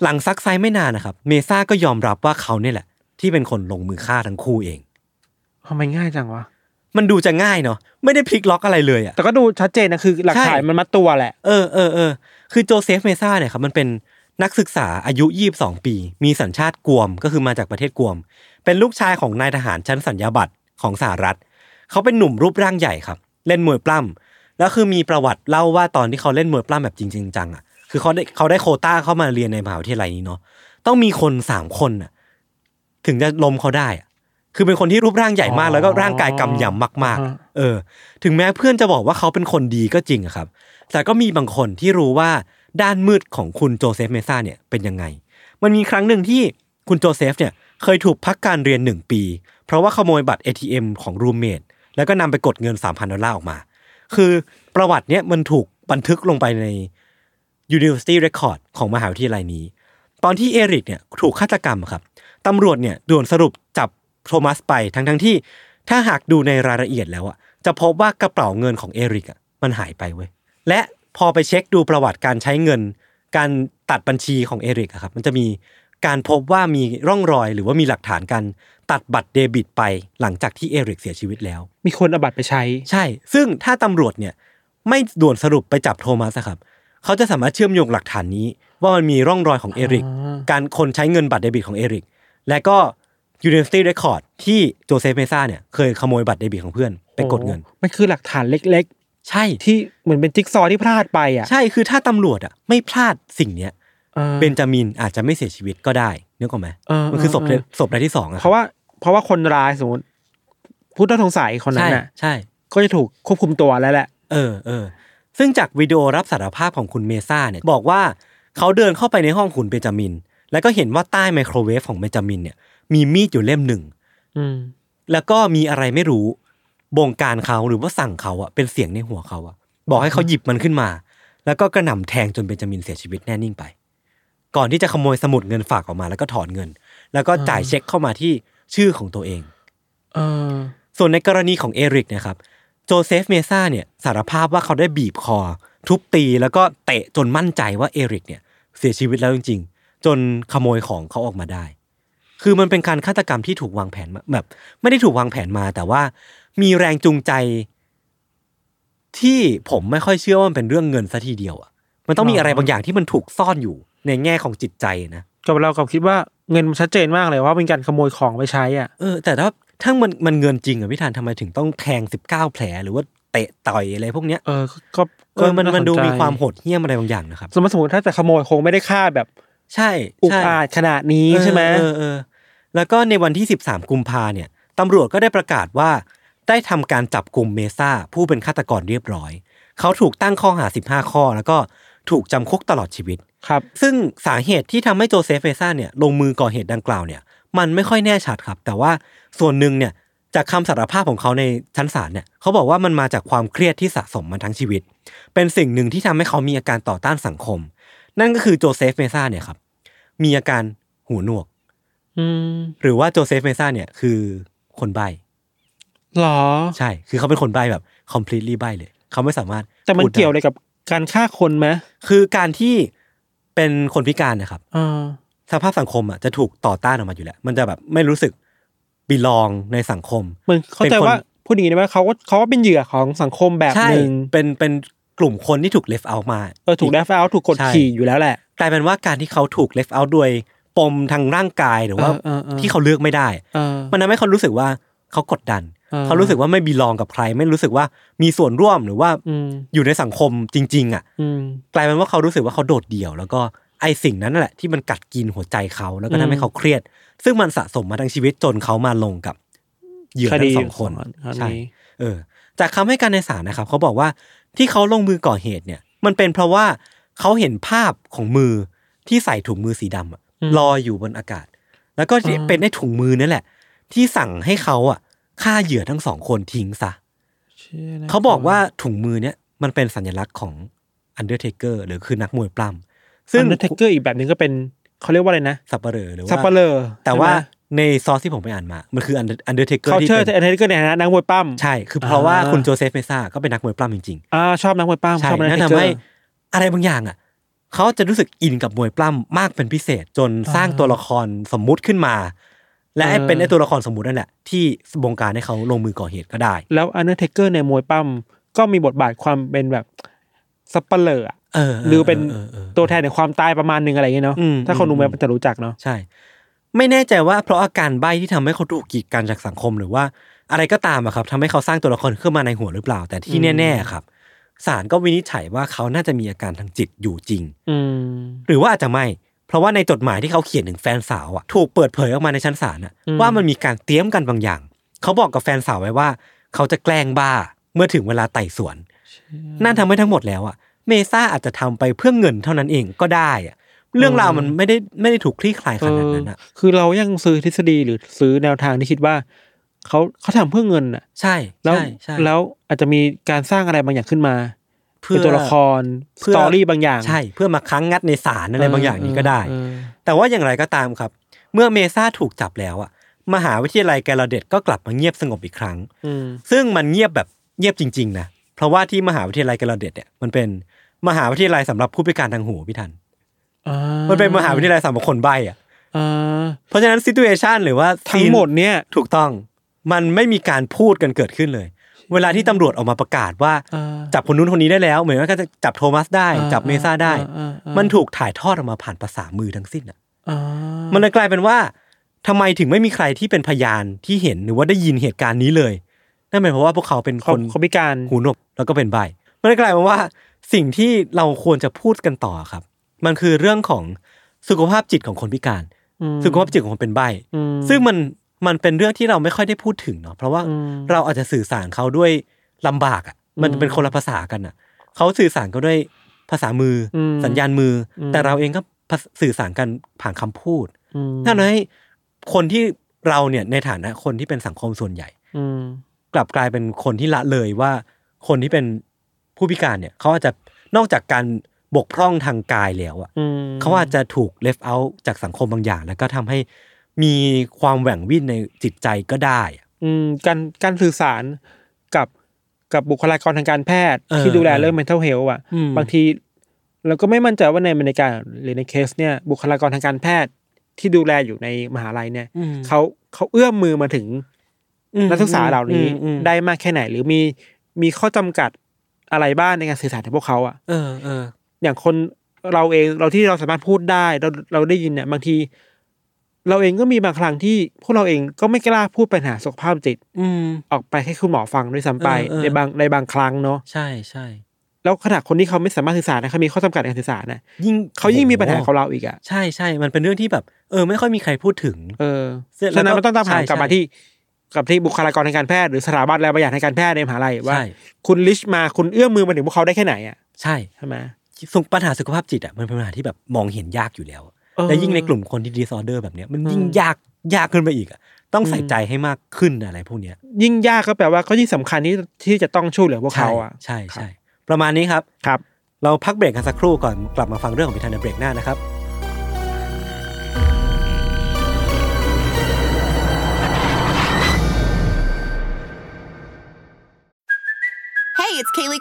[SPEAKER 2] หลังซักไซไม่นานนะครับ เมซ่าก็ยอมรับว่าเขาเนี่ยแหละ ที่เป็นคนลงมือฆ่าทั้งคู่เอง
[SPEAKER 3] ทำไมง่ายจังวะ
[SPEAKER 2] มันดูจะง่ายเนาะไม่ได้พลิกล็อกอะไรเลยอ่ะ
[SPEAKER 3] แต่ก็ดูชัดเจนนะคือหลัก
[SPEAKER 2] ใช่
[SPEAKER 3] ฐานมันมัดตัวแหละ
[SPEAKER 2] เออเออเออคือโจเซฟเมซ่าเนี่ยครับมันเป็นนักศึกษาอายุ 22 ปี มีสัญชาติกวมก็คือมาจากประเทศกวม เป็นลูกชายของนายทหารชั้นสัญญาบัตรของสหรัฐ เขาเป็นหนุ่มรูปร่างใหญ่ครับ เล่นมวยปล้ำแล้วคือมีประวัติเล่าว่าตอนที่เขาเล่นมวยปล้ำแบบจริงๆจังๆอ่ะคือเขาได้เขาได้โควต้าเข้ามาเรียนในมหาวิทยาลัยนี้เนาะต้องมีคนสามคนน่ะถึงจะลมเขาได้อะคือเป็นคนที่รูปร่างใหญ่มาก แล้วก็ร่างกายกำยำมาก
[SPEAKER 3] อ่าฮะ
[SPEAKER 2] ๆ เออ ถึงแม้เพื่อนจะบอกว่าเขาเป็นคนดีก็จริงอะครับ แต่ก็มีบางคนที่รู้ว่าด้านมืดของคุณโจเซฟเมซ่าเนี่ยเป็นยังไง มันมีครั้งหนึ่งที่คุณโจเซฟเนี่ยเคยถูกพักการเรียนหนึ่งปี เพราะว่าขโมยบัตร ATM ของรูมเมทแล้วก็นำไปกดเงิน 3,000 ดอลลาร์ออกมา คือประวัติเนี่ยมันถูกบันทึกลงไปใน University Record ของมหาวิทยาลัยนี้ ตอนที่เอริกเนี่ยถูกฆาตกรรมอะครับตำรวจเนี่ยด่วนสรุปจับโทมัสไปทั้งทั้งๆที่ถ้าหากดูในรายละเอียดแล้วอะจะพบว่ากระเป๋าเงินของเอริกอะมันหายไปเว้ย และพอไปเช็คดูประวัติการใช้เงิน การตัดบัญชีของเอริกอะครับ มันจะมีการพบว่ามีร่องรอยหรือว่ามีหลักฐานการตัดบัตรเดบิตไปหลังจากที่เอริกเสียชีวิตแล้ว
[SPEAKER 3] มีคนเอาบัตรไปใช้
[SPEAKER 2] ใช่ ซึ่งถ้าตำรวจเนี่ยไม่ด่วนสรุปไปจับโทมัสอะครับ เขาจะสามารถเชื่อมโยงหลักฐานนี้ ว่ามันมีร่องรอยของเอริก การคนใช้เงินบัตรเดบิตของเอริก และก็ University Record ที่โจเซฟเมซ่าเนี่ยเคยขโมยบัตรเดบิตของเพื่อนไปกดเงิน
[SPEAKER 3] โอ้มันคือหลักฐานเล็ก
[SPEAKER 2] ใช่
[SPEAKER 3] ๆ ที่เหมือนเป็นจิ๊กซอว์ที่พลาดไปอ่ะ
[SPEAKER 2] ใช่คือถ้าตำรวจอะไม่พลาดสิ่งเนี้ย
[SPEAKER 3] ออ
[SPEAKER 2] เบนจามินอาจจะไม่เสียชีวิตก็ได้นึกออกไหม
[SPEAKER 3] เออ
[SPEAKER 2] มันคือศพ
[SPEAKER 3] เออ
[SPEAKER 2] ศพรายที่สองอะ
[SPEAKER 3] เพราะว่าเพราะว่าคนร้ายสมมติผู้ต้องสงสัยคนนั้
[SPEAKER 2] ใช่
[SPEAKER 3] นน่ะ
[SPEAKER 2] ใช่
[SPEAKER 3] ก็จะถูกควบคุมตัวแล้วแหละ
[SPEAKER 2] เออเออซึ่งจากวิดีโอรับสารภาพของคุณเมซ่าเนี่ยบอกว่าเขาเดินเข้าไปในห้องคุณเบนจามิน แล้วก็เห็นว่าใต้ไมโครเวฟของเบนจามินเนี่ยมีมีดอยู่เล่มหนึ่ง
[SPEAKER 3] อืม
[SPEAKER 2] แล้วก็มีอะไรไม่รู้บงการเขาหรือว่าสั่งเขาอะเป็นเสียงในหัวเขาอะบอกให้เขาหยิบมันขึ้นมา แล้วก็กระหน่ำแทงจนเบนจามินเสียชีวิตแน่นิ่งไป ก่อนที่จะขโมยสมุดเงินฝากออกมาแล้วก็ถอนเงิน แล้วก็จ่ายเช็คเข้ามาที่ชื่อของตัวเอง
[SPEAKER 3] เออ
[SPEAKER 2] ส่วนในกรณีของเอริกเนะครับโจเซฟเมซ่าเนี่ยสารภาพว่าเขาได้บีบคอ ทุบตีแล้วก็เตะจนมั่นใจว่าเอริกเนี่ยเสียชีวิตแล้วจริงๆ จนขโมยของเขาออกมาได้ คือมันเป็นการฆาตกรรมที่ถูกวางแผนมาแบบ ไม่ได้ถูกวางแผนมา แต่ว่ามีแรงจูงใจ ที่ผมไม่ค่อยเชื่อว่ามันเป็นเรื่องเงินซะทีเดียวอ่ะมันต้องมีอะไรบางอย่างที่มันถูกซ่อนอยู่ในแง่ของจิตใจนะ
[SPEAKER 3] กับเรากับคิดว่าเงินมันชัดเจนมากเลยว่าเป็นการขโมยของไปใช้อ่ะ
[SPEAKER 2] เออแต่ถ้าถ้ามันมันเงินจริงอะพี่ธานทำไมถึงต้องแทงสิบเก้าแผล หรือว่าเตะต่อยอะไรพวกเนี้ย
[SPEAKER 3] เออ ก็
[SPEAKER 2] เออมันมันดู
[SPEAKER 3] สใจ
[SPEAKER 2] มีความโหดเหี้ยมอะไรบางอย่างนะครับ
[SPEAKER 3] สมมติสมมติถ้าแต่ขโมยคงไม่ได้ฆ่าแบบ
[SPEAKER 2] ใช่
[SPEAKER 3] อุก
[SPEAKER 2] ใช่
[SPEAKER 3] อาจขนาดนี้ใช่ไหม
[SPEAKER 2] เออเออเออแล้วก็ในวันที่ 13 กุมภาเนี่ยตำรวจก็ได้ประกาศว่า ได้ทำการจับกลุ่มเมซ่า ผู้เป็นฆาตกรเรียบร้อย เขาถูกตั้งข้อหา 15 ข้อ แล้วก็ถูกจำคุกตลอดชีวิต
[SPEAKER 3] ครับ
[SPEAKER 2] ซึ่งสาเหตุที่ทำให้โจเซฟเฟซ่าเนี่ยลงมือก่อเหตุดังกล่าวเนี่ยมันไม่ค่อยแน่ชัดครับ แต่ว่าส่วนหนึ่งเนี่ยจากคำสารภาพของเขาในชั้นศาลเนี่ยเขาบอกว่ามันมาจากความเครียดที่สะสมมาทั้งชีวิต เป็นสิ่งหนึ่งที่ทำให้เขามีอาการต่อต้านสังคม นั่นก็คือโจเซฟเมซ่าเนี่ยครับมีอาการหูหนวก
[SPEAKER 3] อืม
[SPEAKER 2] หรือว่าโจเซฟเมซ่าเนี่ยคือคนใบ้
[SPEAKER 3] หรอ
[SPEAKER 2] ใช่ คือเขาเป็นคนใบ้แบบ completely ใบ้เลย เขาไม่สามารถ
[SPEAKER 3] แต่มัน
[SPEAKER 2] พูดได้
[SPEAKER 3] เกี่ยวอะไรกับการฆ่าคนไหม
[SPEAKER 2] คือการที่เป็นคนพิการนะครับ
[SPEAKER 3] เออ
[SPEAKER 2] สภาพสังคมอ่ะจะถูกต่อต้านออกมาอยู่แล้ว มันจะแบบไม่รู้สึกบิลองในสังคม
[SPEAKER 3] มันเข้าใจว่าพูดอย่างนี้ได้ไหมเขาก็เขาก็เป็นเหยื่อของสังคมแบบ
[SPEAKER 2] ใช่
[SPEAKER 3] หนึ่ง
[SPEAKER 2] เป็นเป็นกลุ่มคนที่ถูกเลฟเอามา
[SPEAKER 3] เออถูกแดฟเอาถูกกด
[SPEAKER 2] ใช่
[SPEAKER 3] ขี่อยู่แล้วแหละ
[SPEAKER 2] กลายเป็นว่าการที่เขาถูกเลฟเอาด้วยปมทางร่างกายหรือว่า
[SPEAKER 3] เออเออเออ
[SPEAKER 2] ที่เขาเลือกไม่ได้
[SPEAKER 3] เออ
[SPEAKER 2] มันทำให้เขารู้สึกว่าเขากดดัน
[SPEAKER 3] เออ
[SPEAKER 2] เขารู้สึกว่าไม่บิลองกับใคร ไม่รู้สึกว่ามีส่วนร่วมหรือว่า
[SPEAKER 3] อืม
[SPEAKER 2] อยู่ในสังคมจริง ๆ อ่ะ
[SPEAKER 3] อืม
[SPEAKER 2] กลายเป็นว่าเขารู้สึกว่าเขาโดดเดี่ยว แล้วก็ไอสิ่งนั้นนั่นแหละที่มันกัดกินหัวใจเขาแล้วก็ทำให้เขาเครียด ซึ่งมันสะสมมาทั้งชีวิตจนเขามาลงกับเหยื่อทั้งสองคน
[SPEAKER 3] คดีของอันนี้
[SPEAKER 2] ใช่เออ จากคำให้การในศาลนะครับ เขาบอกว่าที่เขาลงมือก่อเหตุเนี่ย มันเป็นเพราะว่าเขาเห็นภาพของมือที่ใส่ถุงมือสีดำอะลอยอยู่บนอากาศ แล้วก็ที่เป็นไอ้ถุงมือนั่นแหละ ที่สั่งให้เขาอ่ะฆ่าเหยื่อทั้งสองคนทิ้งซะ
[SPEAKER 3] เชี่ยนะ
[SPEAKER 2] เขาบอกว่าถุงมือเนี่ยมันเป็นสัญลักษณ์ของอันเดอร์เทเกอร์หรือคือนักมวยปล้ำ
[SPEAKER 3] ซึ่
[SPEAKER 2] ซึ่
[SPEAKER 3] ง
[SPEAKER 2] ง
[SPEAKER 3] เทเกอร์อีกแบบหนึ่งก็เป็นเขาเรียกว่าอะไรนะ
[SPEAKER 2] สับเปลือหรือว่า
[SPEAKER 3] ซัปเปเหร่อร์
[SPEAKER 2] แต่ว่าในซอสที่ผมไปอ่านมา มันคืออันเดอร์เทเกอร์
[SPEAKER 3] เขา
[SPEAKER 2] ที่
[SPEAKER 3] เชื่อ
[SPEAKER 2] เป็น
[SPEAKER 3] อันเทเกอร์ในฐานะนักมวยปั้ม
[SPEAKER 2] ใช่ คือเพราะว่า
[SPEAKER 3] อ่า
[SPEAKER 2] คุณโจเซฟเมซ่าก็เป็นนักมวยปล้ำจริง
[SPEAKER 3] อ่าชอบนักมวยปั้ม
[SPEAKER 2] ๆใช่
[SPEAKER 3] ชอบอัน
[SPEAKER 2] นั่
[SPEAKER 3] เท
[SPEAKER 2] น
[SPEAKER 3] เกอ
[SPEAKER 2] ทำให้
[SPEAKER 3] ร์
[SPEAKER 2] อะไรบางอย่างอ่ะเขาจะรู้สึกอินกับมวยปล้ำมากเป็นพิเศษจนสร้างตัวละครสมมุติขึ้นมา และไอ้
[SPEAKER 3] เออ
[SPEAKER 2] เป็นไอ้ตัวละครสมมุตินั่นแหละที่บงการให้เขาลงมือก่อเหตุก็ได้
[SPEAKER 3] แล้วอันเ r อร์เทเกอร์ในมวยปั้มก็มีบทบาทความเป็นแบบสปเปเหร่ออะ
[SPEAKER 2] เออ
[SPEAKER 3] หรือเป็น
[SPEAKER 2] เออ
[SPEAKER 3] ตัวแทนในความตายประมาณหนึ่งอะไรอย่างเงี้ยเนาะ
[SPEAKER 2] อืม
[SPEAKER 3] ถ้าคนดู
[SPEAKER 2] อืม
[SPEAKER 3] มันจะรู้จักเนาะ
[SPEAKER 2] ใช่ ไม่แน่ใจว่าเพราะอาการใบ้ที่ทำให้เขาถูกกีดกันจากสังคมหรือว่า อะไรก็ตามอะครับทำให้เขาสร้างตัวละครขึ้นมาในหัวหรือเปล่า แต่ที่แน่ ๆ ครับศาลก็วินิจฉัยว่าเขาน่าจะมีอาการทางจิตอยู่จริง
[SPEAKER 3] อืม
[SPEAKER 2] หรือว่าอาจจะไม่ เพราะว่าในจดหมายที่เขาเขียนถึงแฟนสาวอะถูกเปิดเผยออกมาในชั้นศาลอะ
[SPEAKER 3] อืม
[SPEAKER 2] ว่ามันมีการเตรียมกันบางอย่าง เขาบอกกับแฟนสาวไว้ว่า เขาจะแกล้งบ้าเมื่อถึงเวลาไต่สวน นั่นทำให้ทั้งหมดแล้วอะเมซ่าอาจจะทำไปเพื่อเงินเท่านั้นเองก็ได้อะเรื่องราวมันไม่ได้ไม่ได้ถูกคลี่คลายขนาดนั้นอะ
[SPEAKER 3] เออคือเรายังซื้อทฤษฎีหรือซื้อแนวทางที่คิดว่าเขาเขาทำเพื่อเงินอ่ะ
[SPEAKER 2] ใช่
[SPEAKER 3] แล้ว
[SPEAKER 2] ใช่ใช่
[SPEAKER 3] แล้วอาจจะมีการสร้างอะไรบางอย่างขึ้นมา
[SPEAKER 2] เพื่อ
[SPEAKER 3] เป็นตัวละคร
[SPEAKER 2] เพื่
[SPEAKER 3] ส
[SPEAKER 2] อ
[SPEAKER 3] ตอรี่บางอย่าง
[SPEAKER 2] ใช่เพื่อมาค้างงัดในศาลอะไรบางอย่างนี้ก็ได้
[SPEAKER 3] เออ
[SPEAKER 2] แต่ว่าอย่างไรก็ตามครับ เมื่อเมซ่าถูกจับแล้วอะมหาวิทยาลัยแกลาเดตก็กลับมาเงียบสงบอีกครั้ง
[SPEAKER 3] เออเออ
[SPEAKER 2] ซึ่งมันเงียบแบบเงียบจริงๆนะ เพราะว่าที่มหาวิทยาลัยแกลาเดตเนี่ยมันเป็นมหาวิทยาลัยสำหรับผู้พิการทางหูพี่ทัน
[SPEAKER 3] อ่า
[SPEAKER 2] มันเป็นมหาวิทยาลัยสำหรับคนใบ้อะ
[SPEAKER 3] อ่า
[SPEAKER 2] เพราะฉะนั้นซิตูเอชันหรือว่า
[SPEAKER 3] ทั้งหมดเนี่ย
[SPEAKER 2] ถูกต้อง มันไม่มีการพูดกันเกิดขึ้นเลย เวลาที่ตำรวจออกมาประกาศว่า
[SPEAKER 3] อ่า
[SPEAKER 2] จับคนนู้นคนนี้ได้แล้ว เหมือนว่าก็จะจับโทมัสได้
[SPEAKER 3] อ่า
[SPEAKER 2] จับเมซ่าได้
[SPEAKER 3] อ่าอ่ามั
[SPEAKER 2] มันถูกถ่ายทอดออกมาผ่านภาษามือทั้งสิ้นอ่ะ
[SPEAKER 3] อ่า
[SPEAKER 2] มันเลยกลายเป็นว่าทำไมถึงไม่มีใครที่เป็นพยานที่เห็นหรือว่าได้ยินเหตุการณ์นี้เลย นั่นหมายความว่าพวกเขาเป็นค
[SPEAKER 3] เขา
[SPEAKER 2] น
[SPEAKER 3] เขาพิการ
[SPEAKER 2] หูหนวกแล้วก็เป็นใบ มันเลยกลายเป็นว่าสิ่งที่เราควรจะพูดกันต่อครับ มันคือเรื่องของสุขภาพจิตของคนพิการ
[SPEAKER 3] อืม
[SPEAKER 2] สุขภาพจิตของคนเป็นใบ
[SPEAKER 3] อืม
[SPEAKER 2] ซึ่งมันมันเป็นเรื่องที่เราไม่ค่อยได้พูดถึงเนาะเพราะว่า
[SPEAKER 3] อืม
[SPEAKER 2] เราอาจจะสื่อสารเขาด้วยลำบากอ่ะมัน
[SPEAKER 3] อืม
[SPEAKER 2] เป็นคนละภาษากันอ่ะเขาสื่อสารกันด้วยภาษามืออ
[SPEAKER 3] ม
[SPEAKER 2] สัญญาณมืออ
[SPEAKER 3] ม
[SPEAKER 2] แต่เราเองก็ภาษสื่อสารกันผ่านคำพูด
[SPEAKER 3] อืม
[SPEAKER 2] นั่นเลยคนที่เราเนี่ยในฐานะคนที่เป็นสังคมส่วนใหญ่
[SPEAKER 3] อืม
[SPEAKER 2] กลับกลายเป็นคนที่ละเลยว่า คนที่เป็นผู้พิการเนี่ยเขาอาจจะนอกจากการบกพร่องทางกายแล้วอ่ะ
[SPEAKER 3] อืม
[SPEAKER 2] เขาอาจจะถูกเลฟเอาจากสังคมบางอย่าง แล้วก็ทำให้มีความแหว่งวิ่นในจิตใจก็ได้อะ
[SPEAKER 3] อืมการการสื่อสารกับกับบุคลากรทางการแพทย์
[SPEAKER 2] เออ
[SPEAKER 3] ที่ดูแล
[SPEAKER 2] เออ
[SPEAKER 3] เรื่อง mental health อ่ะ
[SPEAKER 2] อืม
[SPEAKER 3] บางที เราก็ไม่มั่นใจว่าในอเมริกาหรือในเคสเนี่ย บุคลากรทางการแพทย์ที่ดูแลอยู่ในมหาลัยเนี่ยเขาเขาเอื้อมมือมาถึง
[SPEAKER 2] อืม
[SPEAKER 3] นักศึกษาเหล่านี้
[SPEAKER 2] อืมอืม
[SPEAKER 3] ได้มากแค่ไหน หรือมีมีข้อจำกัดอะไรบ้างในการสื่อสารกับพวกเขาอ่ะ
[SPEAKER 2] เออเออ
[SPEAKER 3] อย่างคนเราเองเราที่เราสามารถพูดได้เราเราได้ยินเนี่ยบางที เราเองก็มีบางครั้งที่พวกเราเองก็ไม่กล้าพูดปัญหาสุขภาพจิต
[SPEAKER 2] อืม
[SPEAKER 3] ออกไปให้คุณหมอฟังด้วยซ้ำไป
[SPEAKER 2] เออเออ
[SPEAKER 3] ในบางในบางครั้งเนาะ
[SPEAKER 2] ใช่ใช่
[SPEAKER 3] แล้วขณะคนที่เขาไม่สามารถสื่อสารนะเขามีข้อจำกัดในการสื่อสารนะ
[SPEAKER 2] ยิ่ง
[SPEAKER 3] เขายิ่งมีปัญหา
[SPEAKER 2] โอ้โ
[SPEAKER 3] ของเราอีกอ่ะ
[SPEAKER 2] ใช่ใช่มันเป็นเรื่องที่แบบ เออ ไม่ค่อยมีใครพูดถึง
[SPEAKER 3] เออ
[SPEAKER 2] เสร็จแล้ว
[SPEAKER 3] ฉะนั้น
[SPEAKER 2] ก็
[SPEAKER 3] มันต้องตามหา
[SPEAKER 2] ใช่
[SPEAKER 3] กลับมา
[SPEAKER 2] ใช่
[SPEAKER 3] ที่กับที่บุคลากรทางการแพทย์หรือสถาบันอะไรบางอย่างทางการแพทย์ในมหาลัยว่า
[SPEAKER 2] ใช่
[SPEAKER 3] คุณลิชมาคุณเอื้อมมือมาถึงพวกเขาได้แค่ไหนอ่ะ
[SPEAKER 2] ใช่
[SPEAKER 3] ใช่ไหม
[SPEAKER 2] สุขปัญหาสุขภาพจิตอ่ะมันเป็นปัญหาที่แบบมองเห็นยากอยู่แล้วอะ
[SPEAKER 3] เออ
[SPEAKER 2] และยิ่งในกลุ่มคนที่ดีซอเดอร์แบบเนี้ยมันยิ่ง
[SPEAKER 3] อืม
[SPEAKER 2] ยากยากขึ้นไปอีกอ่ะต้องใส่ใจให้มากขึ้นอะไรพวกเนี้ย
[SPEAKER 3] ยิ่งยากก็แปลว่าก็ยิ่งสำคัญที่ที่จะต้องช่วยเหลือพวกเขาอ่ะ
[SPEAKER 2] ใช่ใช่ ประมาณนี้ครับ
[SPEAKER 3] ครับ
[SPEAKER 2] เราพักเบรกกันสักครู่ก่อนกลับมาฟังเรื่องของพิธันในเบรกหน้านะครับ
[SPEAKER 4] Hey, it's Kaylee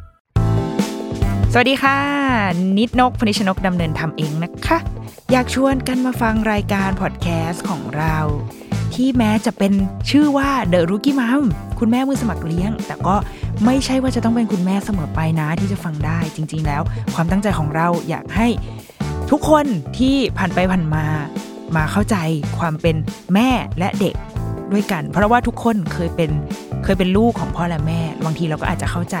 [SPEAKER 5] สวัสดีค่ะ นิดนกพนิชนกดำเนินทำเองนะคะ อยากชวนกันมาฟังรายการพอดแคสต์ของเรา ที่แม้จะเป็นชื่อว่า The Rookie Mom คุณแม่มือสมัครเลี้ยง แต่ก็ไม่ใช่ว่าจะต้องเป็นคุณแม่เสมอไปนะที่จะฟังได้จริง ๆ แล้ว ความตั้งใจของเราอยากให้ ทุกคนที่ผ่านไปผ่านมา มาเข้าใจความเป็นแม่และเด็กด้วยกัน เพราะว่าทุกคนเคยเป็นเคยเป็นลูกของพ่อและแม่ บางทีเราก็อาจจะเข้าใจ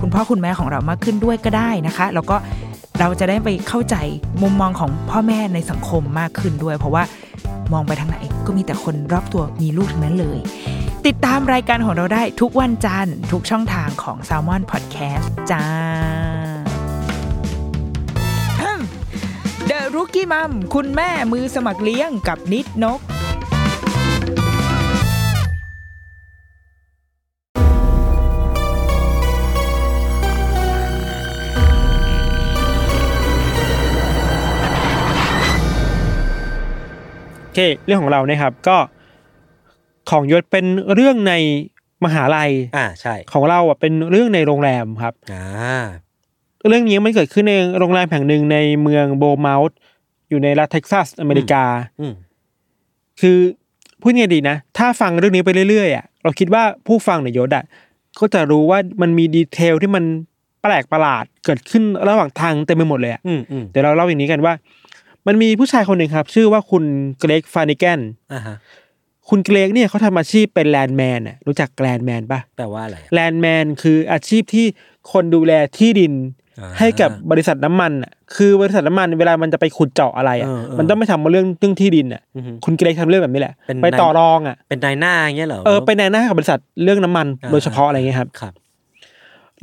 [SPEAKER 5] คุณพ่อคุณแม่ของเรามากขึ้นด้วยก็ได้นะคะ แล้วก็เราจะได้ไปเข้าใจมุมมองของพ่อแม่ในสังคมมากขึ้นด้วย เพราะว่ามองไปทางไหนก็มีแต่คนรอบตัวมีลูกทั้งนั้นเลย ติดตามรายการของเราได้ทุกวันจันทร์ทุกช่องทางของ s a l m o n Podcast จ้า The Rookie Mom คุณแม่มือสมัครเลี้ยงกับนิดนก
[SPEAKER 3] เค เรื่องของเรานะครับก็ของยศเป็นเรื่องในมหาลัย
[SPEAKER 2] อ่าใช่
[SPEAKER 3] ของเราอ่ะเป็นเรื่องในโรงแรมครับ
[SPEAKER 2] อ่า
[SPEAKER 3] เรื่องนี้มันเกิดขึ้นในโรงแรมแห่งหนึ่งในเมืองโบมาส์อยู่ในรัฐเท็กซัสอเมริกา
[SPEAKER 2] อืม
[SPEAKER 3] คือพูดไงดีนะ ถ้าฟังเรื่องนี้ไปเรื่อยๆอ่ะเราคิดว่าผู้ฟังเนี่ยยศอ่ะก็จะรู้ว่ามันมีดีเทลที่มันแปลกประหลาดเกิดขึ้นระหว่างทางเต็มไปหมดเลยอ่ะ
[SPEAKER 2] อืมอืม
[SPEAKER 3] เดี๋ยวเราเล่าอย่างนี้กันว่า มันมีผู้ชายคนหนึ่งครับ ชื่อว่าคุณเกรกฟานิแกน
[SPEAKER 2] อ่าฮะ
[SPEAKER 3] คุณเกรกเนี่ยเขาทำอาชีพเป็นแลนด์แมนน่ะรู้จักแลนด์แมนปะ
[SPEAKER 2] แปลว่าอะไรอะ
[SPEAKER 3] แลนด์แมนคืออาชีพที่คนดูแลที่ดิน
[SPEAKER 2] อ่า
[SPEAKER 3] ให้กับบริษัทน้ำมันน่ะคือบริษัทน้ำมันเวลามันจะไปขุดเจาะอะไรอ่ะ
[SPEAKER 2] เออเออ
[SPEAKER 3] มันต้องไปทำเรื่องเรื่องที่ดินอ่ะ
[SPEAKER 2] อือฮึ
[SPEAKER 3] คุณเกรกทำเรื่องแบบนี้แหละ
[SPEAKER 2] เป็น
[SPEAKER 3] ไปต่อ
[SPEAKER 2] ใน
[SPEAKER 3] รองอ่ะ
[SPEAKER 2] เป็นนายหน้าอย่างเงี้ยเหรอ
[SPEAKER 3] เออไปในหน้ากับบริษัทเรื่องน้ำมันโดยเฉพาะอะไรเงี้ยครับ
[SPEAKER 2] ครับ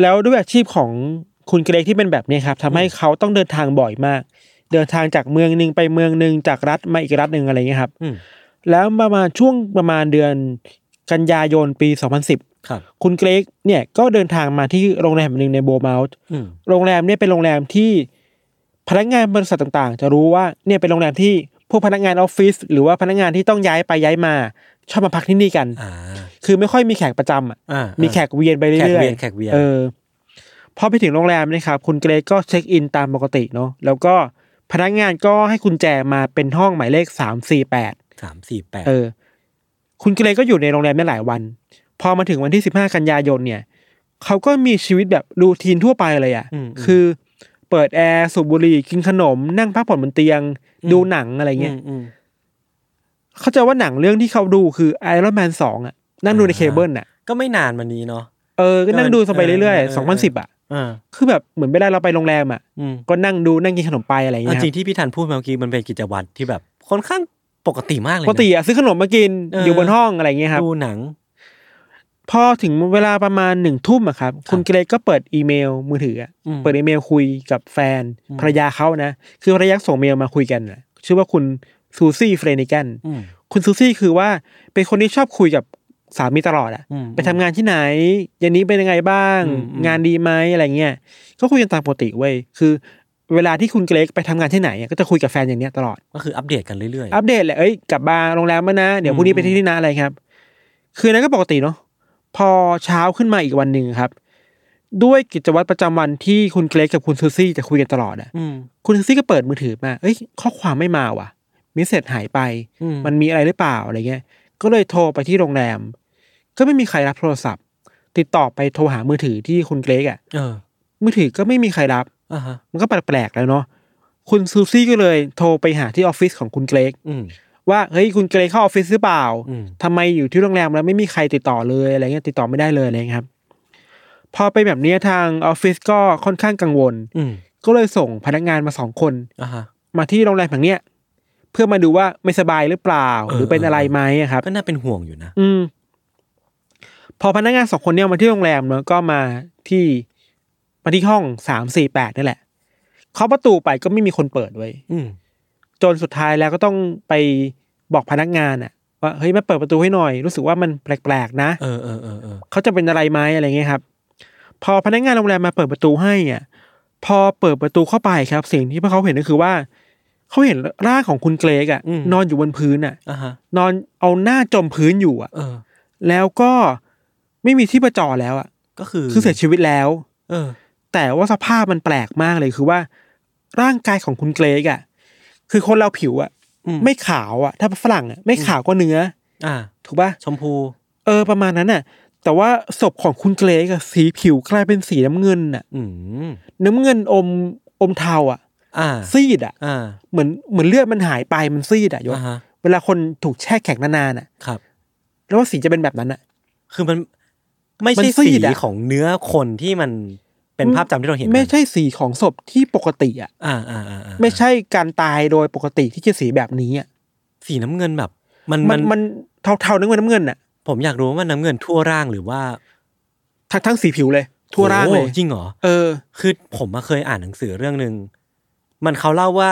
[SPEAKER 3] แล้วด้วยอาชีพของคุณเกรกที่เป็นแบบนี้ครับทำให้เขาต้องเดินทางบ่อยมาก เดินทางจากเมืองหนึ่งไปเมืองหนึ่งจากรัฐมาอีกรัฐหนึ่งอะไรเงี้ยครับ
[SPEAKER 2] อืม
[SPEAKER 3] แล้วประมาณช่วงประมาณเดือนกันยายนปี 2010
[SPEAKER 2] ครับ
[SPEAKER 3] คุณเกรกเนี่ยก็เดินทางมาที่โรงแรมแห่งหนึ่งในโบมาส์
[SPEAKER 2] อืม
[SPEAKER 3] โรงแรมเนี่ยเป็นโรงแรมที่พนักงานบริษัทต่างๆ จะรู้ว่าเนี่ยเป็นโรงแรมที่พวกพนักงานออฟฟิศหรือว่าพนักงานที่ต้องย้ายไปย้ายมา ชอบมาพักที่นี่กัน
[SPEAKER 2] อ่า
[SPEAKER 3] คือไม่ค่อยมีแขกประจำอ่ะ
[SPEAKER 2] อ่ามี
[SPEAKER 3] มีแขกเวียนไปเรื่อ
[SPEAKER 2] แข
[SPEAKER 3] ยๆ
[SPEAKER 2] กเวียนแขกเวียน
[SPEAKER 3] ออ พอไปถึงโรงแรมนะครับ คุณเกรกก็เช็คอินตามปกติเนาะ แล้วก็พนักงานก็ให้กุญแจมาเป็นห้องหมายเลขสามสี่แปด
[SPEAKER 2] สามสี่แปด
[SPEAKER 3] เออ คุณเกรกก็อยู่ในโรงแรมได้หลายวัน พอมาถึงวันที่สิบห้ากันยายนเนี่ย เขาก็มีชีวิตแบบรูทีนทั่วไปเลยอะ่ะ คือเปิดแอร์สูบบุหรี่กินขนม นั่งพักผ่อนบนเตียง ดูหนังอะไรเงี้ย
[SPEAKER 2] อืม
[SPEAKER 3] เขาใจะว่าหนังเรื่องที่เขาดูคือไอรอนแมนสองอ่ะ นั่งดูใน
[SPEAKER 2] อ่า
[SPEAKER 3] เคเบิลอ่ะ
[SPEAKER 2] ก็ไม่นานมานี้เนาะ
[SPEAKER 3] เออ ก็นั่งดูสบายเรื่อย
[SPEAKER 2] เออเออ
[SPEAKER 3] ๆ
[SPEAKER 2] เอ
[SPEAKER 3] สองพันสิบ
[SPEAKER 2] อ
[SPEAKER 3] อ่ะ
[SPEAKER 2] อ่า
[SPEAKER 3] คือแบบเหมือนเวลาเราไปโรงแรมอ่ะ
[SPEAKER 2] อืม
[SPEAKER 3] ก็นั่งดูนั่งกินขนมไปอะไรอย่าง
[SPEAKER 2] เอา
[SPEAKER 3] เงี้ย
[SPEAKER 2] จริง
[SPEAKER 3] ครับ
[SPEAKER 2] ที่พี่ธันพูดมาเมื่อกี้มันเป็นกิจวัตรที่แบบค่อนข้างปกติมากเลยนะ
[SPEAKER 3] ปกติอ่ะซื้อขนมมากิน
[SPEAKER 2] เอออ
[SPEAKER 3] อยู่บนห้องอะไรอย่างเงี้ยครับ
[SPEAKER 2] ดูหนัง
[SPEAKER 3] พอถึงเวลาประมาณหนึ่งทุ่มอะครับ คุณเกรกก็เปิดอีเมลมือถืออะ
[SPEAKER 2] อืม
[SPEAKER 3] เปิดอีเมลคุยกับแฟนภรรยาเขานะ คือภรรยาส่งเมลมาคุยกันน่ะชื่อว่าคุณซูซี่เฟรนิแกน
[SPEAKER 2] อืม
[SPEAKER 3] คุณซูซี่คือว่าเป็นคนที่ชอบคุยกับสามีตลอดอะ
[SPEAKER 2] อืม
[SPEAKER 3] ไปทำงานที่ไหนเยันนี้เป็นยังไงบ้าง
[SPEAKER 2] อืมอืม
[SPEAKER 3] งานดีไหมอะไรเงี้ยก็คุยกันตามปกติเว้ยคือ เวลาที่คุณเกรกไปทำงานที่ไหนอะก็จะคุยกับแฟนอย่างเนี้ยตลอด
[SPEAKER 2] ก็คืออัปเดตกันเรื่อยๆ
[SPEAKER 3] อัปเดตแหละ เอ้ย กลับมาโรงแรมมานะ เดี๋ยวพรุ่งนี้ไปที่นี่นะอะไรครับ คืนนั้นก็ปกติเนาะ พอเช้าขึ้นมาอีกวันหนึ่งครับ ด้วยกิจวัตรประจำวันที่คุณเกรกกับคุณซูซี่จะคุยกันตลอดอะ
[SPEAKER 2] อืม
[SPEAKER 3] คุณซูซี่ก็เปิดมือถือมา เอ้ย ข้อความไม่มาว่ะ มิสเซจหายไป
[SPEAKER 2] อืม
[SPEAKER 3] มันมีอะไรหรือเปล่าอะไรเงี้ย ก็เลยโทรไปที่โรงแรม ก็ไม่มีใครรับโทรศัพท์ ติดต่อไปโทรหามือถือที่คุณเกรกอะ
[SPEAKER 2] เออ
[SPEAKER 3] มือถือก็ไม่มีใครรับ
[SPEAKER 2] อ่าฮะ
[SPEAKER 3] มันก็แปลกๆแล้วเนาะ คุณซูซี่ก็เลยโทรไปหาที่ออฟฟิศของคุณเกรก
[SPEAKER 2] อืม
[SPEAKER 3] ว่าเฮ้ยคุณเกรย์เข้าออฟฟิศหรือเปล่า
[SPEAKER 2] อืม
[SPEAKER 3] ทำไมอยู่ที่โรงแรมแล้วไม่มีใครติดต่อเลยอะไรเงี้ยติดต่อไม่ได้เลยอะไรเงี้ยครับ พอไปนแบบเนี้ยทางออฟฟิศก็ค่อนข้างกังวล
[SPEAKER 2] อืม
[SPEAKER 3] ก็เลยส่งพนักงานมาสองคน
[SPEAKER 2] อ่าฮะ
[SPEAKER 3] มาที่โรงแรมแห่งเนี้ยเพื่อมาดูว่าไม่สบายหรือเปล่า
[SPEAKER 2] เออ
[SPEAKER 3] หรือเป็นอะไรไหมอะครับ
[SPEAKER 2] ก็น่าเป็นห่วงอยู่นะ
[SPEAKER 3] อืม พอพนักงานสองคนเนี้ยมาที่โรงแรมเนอะก็มาที่มาที่ห้องสามสี่แปดนี่แหละเคาะประตูไปก็ไม่มีคนเปิดไว้ย
[SPEAKER 2] อืม
[SPEAKER 3] จนสุดท้ายแล้วก็ต้องไปบอกพนักงานอะว่าเฮ้ยมาเปิดประตูให้หน่อย รู้สึกว่ามันแปลกๆนะ
[SPEAKER 2] เออเออเออเออ
[SPEAKER 3] เขาจะเป็นอะไรไหมอะไรเงี้ยครับ พอพนักงานโรงแรมมาเปิดประตูให้อ่ะพอเปิดประตูเข้าไปครับสิ่งที่พวกเขาเห็นก็คือว่าเขาเห็นร่างของคุณเกรกอะนอนอยู่บนพื้นอะ
[SPEAKER 2] อ่าฮะ
[SPEAKER 3] นอนเอาหน้าจมพื้นอยู่อะ
[SPEAKER 2] เออ
[SPEAKER 3] แล้วก็ไม่มีที่ประจอแล้วอะ
[SPEAKER 2] ก็คือ
[SPEAKER 3] คือเสียชีวิตแล้ว
[SPEAKER 2] เออ
[SPEAKER 3] แต่ว่าสภาพมันแปลกมากเลยคือว่า ร่างกายของคุณเกรกอะคือคนเราผิวอะ
[SPEAKER 2] อืม
[SPEAKER 3] ไม่ขาวอะถ้าเป็นฝรั่งอะไม่ขาวก็เนื้อ
[SPEAKER 2] อ่า
[SPEAKER 3] ถูกปะ
[SPEAKER 2] ชมพู
[SPEAKER 3] เออประมาณนั้นน่ะ แต่ว่าศพของคุณเกรกอะสีผิวกลายเป็นสีน้ำเงินน่ะ
[SPEAKER 2] อืม
[SPEAKER 3] น้ำเงินอมอมเทาอะ
[SPEAKER 2] อ่า
[SPEAKER 3] ซีดอะ
[SPEAKER 2] อ่า
[SPEAKER 3] เหมือนเหมือนเลือดมันหายไปมันซีดอะยศ
[SPEAKER 2] อ่าฮะ
[SPEAKER 3] เวลาคนถูกแช่แข็งนานๆอะ
[SPEAKER 2] ครับ
[SPEAKER 3] แล้วว่าสีจะเป็นแบบนั้นอะ
[SPEAKER 2] คือมันไม่
[SPEAKER 3] มั
[SPEAKER 2] ใช่
[SPEAKER 3] นซี
[SPEAKER 2] สี
[SPEAKER 3] ดอะ
[SPEAKER 2] ของเนื้อคนที่มันเป็นภาพจำที่เราเห็นกัน
[SPEAKER 3] ไม่ใช่สีของศพที่ปกติอะ
[SPEAKER 2] อ่าอ่าอ่าอ่า
[SPEAKER 3] ไม่ใช่การตายโดยปกติที่จะสีแบบนี้อะ
[SPEAKER 2] สีน้ำเงินแบบ มัน
[SPEAKER 3] มันมันเทาๆน้ำเงินน้ำเงินน่ะ
[SPEAKER 2] ผมอยากรู้ว่ามันน้ำเงินทั่วร่างหรือว่า
[SPEAKER 3] ทั้งทั้งสีผิวเลย ทั่วร่างเลย
[SPEAKER 2] โอ้จริงเหรอ
[SPEAKER 3] เออ
[SPEAKER 2] คือผมมาเคยอ่านหนังสือเรื่องหนึ่งมันเขาเล่าว่า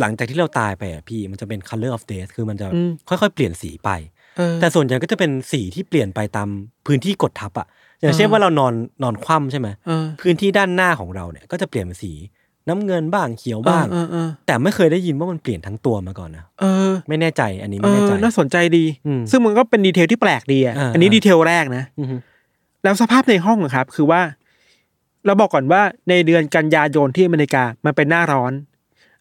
[SPEAKER 2] หลังจากที่เราตายไปอ่ะพี่มันจะเป็น color of death คือมันจะ
[SPEAKER 3] อืม
[SPEAKER 2] ค่อยๆ เปลี่ยนสีไป
[SPEAKER 3] เออ
[SPEAKER 2] แต่ส่วนใหญ่ก็จะเป็นสีที่เปลี่ยนไปตามพื้นที่กดทับอ่ะอย่างเช่น
[SPEAKER 3] อ่า
[SPEAKER 2] ว่าเรานอนนอนคว่ำใช่ไหม
[SPEAKER 3] เออ
[SPEAKER 2] พื้นที่ด้านหน้าของเราเนี่ยก็จะเปลี่ยนเป็นสี น้ำเงินบ้างเขียวบ้าง
[SPEAKER 3] เออเออ
[SPEAKER 2] แต่ไม่เคยได้ยินว่ามันเปลี่ยนทั้งตัวมาก่อนนะ
[SPEAKER 3] เออ
[SPEAKER 2] ไม่แน่ใจอันนี้
[SPEAKER 3] เอ
[SPEAKER 2] ไม่แน่
[SPEAKER 3] อ
[SPEAKER 2] ใจ
[SPEAKER 3] น่าสนใจดี
[SPEAKER 2] อืม
[SPEAKER 3] ซึ่งมันก็เป็นดีเทลที่แปลกดีอ่ะ
[SPEAKER 2] อ่า
[SPEAKER 3] อันนี้
[SPEAKER 2] อ่า
[SPEAKER 3] ดีเทลแรกนะ
[SPEAKER 2] อือฮึ
[SPEAKER 3] แล้วสภาพในห้องอะครับ คือว่า เราบอกก่อนว่าในเดือนกันยายนที่อเมริกามันเป็นหน้าร้อน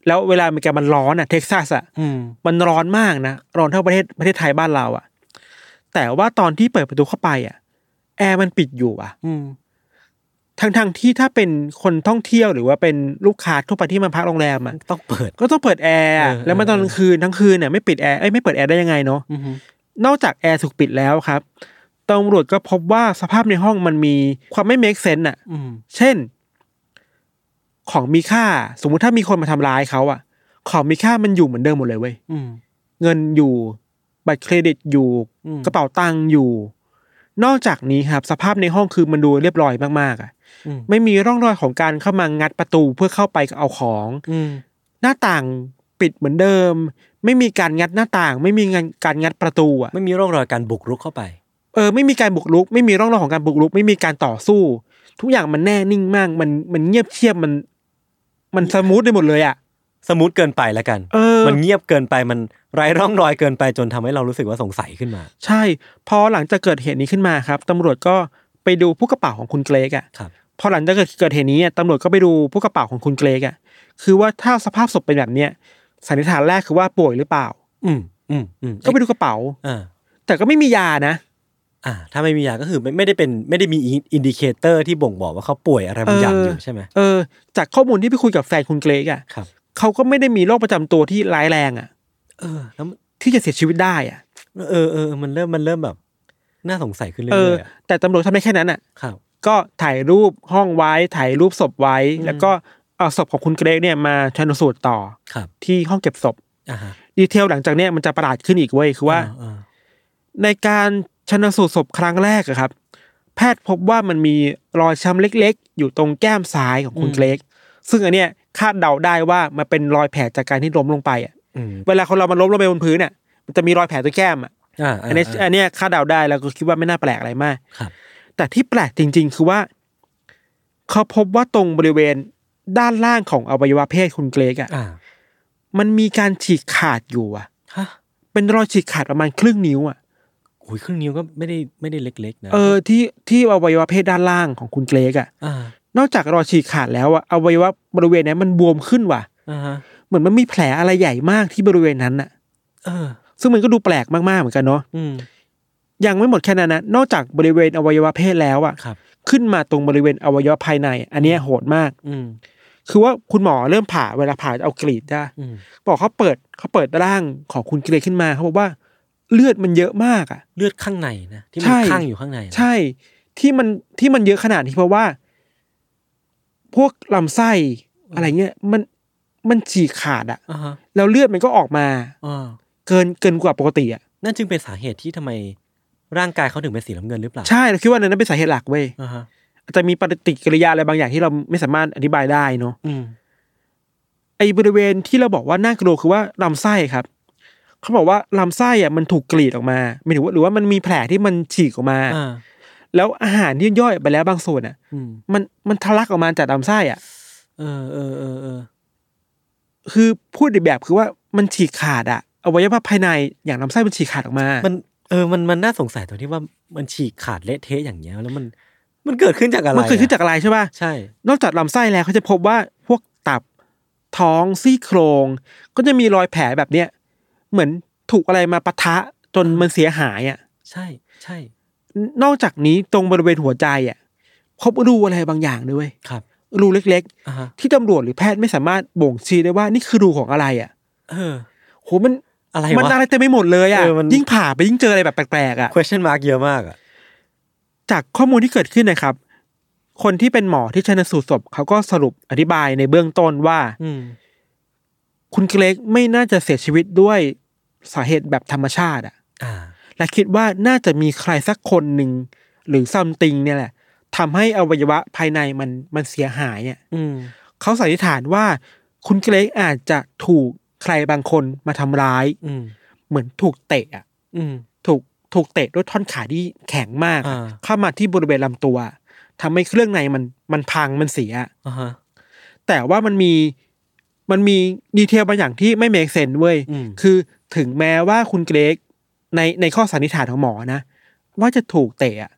[SPEAKER 3] แล้วเวลาอเมริกามันร้อนอ่ะเท็กซัสอ่ะ
[SPEAKER 2] อืม
[SPEAKER 3] มันร้อนมากนะ ร้อนเท่าประเทศประเทศไทยบ้านเราอะแต่ว่าตอนที่เปิดประตูเข้าไปอะแอร์มันปิดอยู่อะ
[SPEAKER 2] อืม
[SPEAKER 3] ทั้งทงๆที่ถ้าเป็นคนท่องเที่ยวหรือว่าเป็นลูกค้าทั่วไปที่มาพักโรงแรมอะ
[SPEAKER 2] ต้องเปิด
[SPEAKER 3] ก็ต้องเปิดแอร์อะ
[SPEAKER 2] เออ
[SPEAKER 3] แล้วมาตอนกลางคืนทั้งคืนเนี่ยไม่ปิดแอร์เอ้ยไม่เปิดแอร์ได้ยังไงเนาะ
[SPEAKER 2] อือฮึ
[SPEAKER 3] นอกจากแอร์ถูกปิดแล้วครับตำรวจก็พบว่าสภาพในห้องมันมีความไม่เมคเซนต์อะ
[SPEAKER 2] อืม
[SPEAKER 3] เช่น ของมีค่า สมมุติถ้ามีคนมาทำร้ายเขาอะของมีค่ามันอยู่เหมือนเดิมหมดเลยเว้ย
[SPEAKER 2] อืม
[SPEAKER 3] เงินอยู่บัตรเครดิตอยู่
[SPEAKER 2] อืม
[SPEAKER 3] กระเป๋าตังค์อยู่ นอกจากนี้ครับ สภาพในห้องคือมันดูเรียบร้อยมากๆอ่ะ
[SPEAKER 2] อืม
[SPEAKER 3] ไม่มีร่องรอยของการเข้ามางัดประตูเพื่อเข้าไปเอาของ
[SPEAKER 2] อืม
[SPEAKER 3] หน้าต่างปิดเหมือนเดิม ไม่มีการงัดหน้าต่าง ไม่มีงานการงัดประตูอ่ะ
[SPEAKER 2] ไม่มีร่องรอยการบุกรุกเข้าไป
[SPEAKER 3] เออไม่มีการบุกรุก ไม่มีร่องรอยของการบุกรุก ไม่มีการต่อสู้ ทุกอย่างมันแน่นิ่งมาก มันมันเงียบเชียบมัน มันสมูทไปหมดเลยอ่ะ
[SPEAKER 2] สมูทเกินไปแล้วกัน
[SPEAKER 3] เออ
[SPEAKER 2] มันเงียบเกินไปมันไร้ร่องรอยเกินไปจนทำให้เรารู้สึกว่าสงสัยขึ้นมา
[SPEAKER 3] ใช่ พอหลังจากเกิดเหตุนี้ขึ้นมาครับตำรวจก็ไปดูผู้กระเป๋าของคุณเกรกอะ่ะ
[SPEAKER 2] ครับ
[SPEAKER 3] พอหลังจากเกิดเกิดเหตุนี้อะตำรวจก็ไปดูผู้กระเป๋าของคุณเกรกอะ่ะคือว่าถ้าสภาพศพเป็นแบบเนี้ยสันนิษฐานแรกคือว่าป่วยหรือเปล่า
[SPEAKER 2] อืมอืมอืม
[SPEAKER 3] ก็ไปดูกระเป๋า
[SPEAKER 2] อ่า
[SPEAKER 3] แต่ก็ไม่มียานะ
[SPEAKER 2] อ่า ถ้าไม่มียาก็คือไม่ไม่ได้เป็นไม่ได้มีอินดิเคเตอร์ที่บ่งบอกว่าเขาป่วยอะไรบางอย่างอยู่ใช่ไหม
[SPEAKER 3] เออ จากข้อมูลที่ไปคุยกับแฟนคุณเกรกอะ่ะ
[SPEAKER 2] ครับ
[SPEAKER 3] เขาก็ไม่ได้มีโรคประจำตัวที่ร้ายแรงอะ่ะ
[SPEAKER 2] เออแล้ว
[SPEAKER 3] ที่จะเสียชีวิตได้อะ่ะ
[SPEAKER 2] เออเออเออมันเริ่มมันเริ่มแบบ น่าสงสัยขึ้นเรื่
[SPEAKER 3] เออ
[SPEAKER 2] อยๆอะ
[SPEAKER 3] แต่ตำรวจทำได้แค่นั้นอ่ะ
[SPEAKER 2] ครับ
[SPEAKER 3] ก็ถ่ายรูปห้องไว้ถ่ายรูปศพไว้ แล้วก็เอาศพของคุณเกรกเนี่ยมาชันสูตรต่อ
[SPEAKER 2] ครับ
[SPEAKER 3] ที่ห้องเก็บศพ
[SPEAKER 2] อ่าฮะ
[SPEAKER 3] ดีเทลหลังจากเนี้ยมันจะประหลาดขึ้นอีกเว้ยคือว่า
[SPEAKER 2] เออ
[SPEAKER 3] ในการชนสูตรศพครั้งแรกอะครับ แพทย์พบว่ามันมีรอยช้ำเล็กๆ อยู่ตรงแก้มซ้ายของคุณเกรกซึ่งอันเนี้ยคาดเดาได้ว่ามันเป็นรอยแผลจากการที่ล้มลงไปอะ
[SPEAKER 2] เอออืม
[SPEAKER 3] เวลาคนเรามันล้มลงไปบนพื้นเนี่ยมันจะมีรอยแผลตัวแก้มอะ
[SPEAKER 2] อ่า
[SPEAKER 3] อันเนี้ยอันเนี้ยคาดเดาได้แล้วก็คิดว่าไม่น่าแปลกอะไรมาก
[SPEAKER 2] ครับ
[SPEAKER 3] แต่ที่แปลกจริง ๆ คือว่า เขาพบว่าตรงบริเวณด้านล่างของอวัยวะเพศคุณเกรกอะ
[SPEAKER 2] อ่า
[SPEAKER 3] มันมีการฉีกขาดอยู่อะ
[SPEAKER 2] ฮะ
[SPEAKER 3] เป็นรอยฉีกขาดประมาณครึ่งนิ้วอ่ะ
[SPEAKER 2] โอ้ยครึ่งนิ้วก็ไม่ได้ไม่ได้เล็ก ๆ นะ
[SPEAKER 3] เออที่ที่อวัยวะเพศด้านล่างของคุณเกรกอ่ะ
[SPEAKER 2] อ่าน
[SPEAKER 3] อกจากรอยฉีกขาดแล้วอ่ะอวัยวะบริเวณนั้นมันบวมขึ้นว่ะ
[SPEAKER 2] อ่าฮะ
[SPEAKER 3] เหมือนมันมีแผลอะไรใหญ่มากที่บริเวณนั้นอ่ะ
[SPEAKER 2] เออ
[SPEAKER 3] ซึ่งมันก็ดูแปลกมากๆเหมือนกันเนาะ
[SPEAKER 2] อืม
[SPEAKER 3] ยังไม่หมดแค่นั้นนะ นอกจากบริเวณอวัยวะเพศแล้วอ่ะ
[SPEAKER 2] ครับ
[SPEAKER 3] ขึ้นมาตรงบริเวณอวัยวะภายใน อันเนี้ยโหดมาก
[SPEAKER 2] อืม
[SPEAKER 3] คือว่าคุณหมอเริ่มผ่าเวลาผ่าจะเอากรีดได้
[SPEAKER 2] อืม
[SPEAKER 3] บอกเขาเปิดเขาเปิดร่างของคุณเกรกขึ้นมาเขาบอกว่าเลือดมันเยอะมากอ่ะ
[SPEAKER 2] เลือดข้างในนะที่มั
[SPEAKER 3] ใช่
[SPEAKER 2] นข้างอยู่ข้างในนะ
[SPEAKER 3] ใช่ที่มันที่มันเยอะขนาดนี้เพราะว่า พวกลำไส้อะไรเงี้ยมันมันฉีกขาดอะ
[SPEAKER 2] อ่าฮะ
[SPEAKER 3] แล้วเลือดมันก็ออกมา
[SPEAKER 2] อ่า
[SPEAKER 3] เกินเกินกว่าปกติอะ
[SPEAKER 2] นั่นจึงเป็นสาเหตุที่ทำไมร่างกายเขาถึงเป็นสีน้ำเงินหรือเปล่า
[SPEAKER 3] ใช่เราคิดว่านั้นเป็นสาเหตุหลักเว้ย
[SPEAKER 2] อ่าฮะ
[SPEAKER 3] อาจจะมีปฏิกิริยาอะไรบางอย่างที่เราไม่สามารถอธิบายได้เนาะ
[SPEAKER 2] อืม
[SPEAKER 3] ไอ้บริเวณที่เราบอกว่าน่ากลัวคือว่าลำไส้ครับเขาบอกว่าลำไส้อะมันถูกกรีดออกมาไม่ถือว่าหรือว่ามันมีแผลที่มันฉีกออกมา
[SPEAKER 2] อ่า
[SPEAKER 3] แล้วอาหารที่ย่อยออกไปแล้วบางส่วนอะ
[SPEAKER 2] อืม
[SPEAKER 3] มันมันทะลักออกมาจากลำไส้อะ
[SPEAKER 2] เออเออเออเออ
[SPEAKER 3] คือพูดอีกแบบคือว่ามันฉีกขาดอะอวัยวะภายในอย่างลำไส้มันฉีกขาดออกมา
[SPEAKER 2] มันเออมันมันน่าสงสัยตรงที่ว่ามันฉีกขาดเละเทะอย่างเงี้ยแล้วมันมันเกิดขึ้นจากอะไร
[SPEAKER 3] มันเกิดขึ้นจากอะไรใช่ป่ะ
[SPEAKER 2] ใช่
[SPEAKER 3] นอกจากลำไส้แล้วเขาจะพบว่าพวกตับท้องซี่โครง ก็จะมีรอยแผลแบบเนี้ยเหมือนถูกอะไรมาปะทะจนมันเสียหายอะ
[SPEAKER 2] ใช่ใช่
[SPEAKER 3] นอกจากนี้ตรงบริเวณหัวใจอะพบรูอะไรบางอย่างด้วย
[SPEAKER 2] ครับ
[SPEAKER 3] รูเล็ก
[SPEAKER 2] อ่าฮะ
[SPEAKER 3] ๆ ที่ตำรวจหรือแพทย์ไม่สามารถบ่งชี้ได้ว่านี่คือรูของอะไรอะ
[SPEAKER 2] เออ
[SPEAKER 3] โหมัน
[SPEAKER 2] อะไร
[SPEAKER 3] มัน
[SPEAKER 2] วะ
[SPEAKER 3] อะไรเต็มไปหมดเลยอะ
[SPEAKER 2] เออมัน
[SPEAKER 3] ยิ่งผ่าไปยิ่งเจออะไรแบบแปลกๆอะ
[SPEAKER 2] question mark เยอะมากอ่ะ
[SPEAKER 3] จากข้อมูลที่เกิดขึ้นนะครับ คนที่เป็นหมอที่ชันสูตรศพเขาก็สรุปอธิบายในเบื้องต้นว่า
[SPEAKER 2] อืม
[SPEAKER 3] คุณเกรกไม่น่าจะเสียชีวิตด้วยสาเหตุแบบธรรมชาติอะ
[SPEAKER 2] อ่า
[SPEAKER 3] และคิดว่าน่าจะมีใครสักคนหนึ่งหรือซัมติงเนี่ยแหละทำให้อวัยวะภายในมันมันเสียหายเนี่ย
[SPEAKER 2] อืม
[SPEAKER 3] เขาสันนิษฐานว่า คุณเกรกอาจจะถูกใครบางคนมาทำร้าย
[SPEAKER 2] อืม
[SPEAKER 3] เหมือนถูกเตะอะ
[SPEAKER 2] อืม
[SPEAKER 3] ถูกถูกเตะด้วยท่อนขาที่แข็งมากอะ
[SPEAKER 2] อ่า
[SPEAKER 3] เข้ามาที่บริเวณลำตัวทำให้เครื่องในมันมันพังมันเสีย
[SPEAKER 2] อ่าฮะ
[SPEAKER 3] แต่ว่ามันมีมันมีดีเทลบางอย่างที่ไม่เม e เซนเว้ย
[SPEAKER 2] อืม
[SPEAKER 3] คือถึงแม้ว่าคุณเกรกในในข้อสันนิษฐานของหมอนะ ว่าจะถูกเตะอะ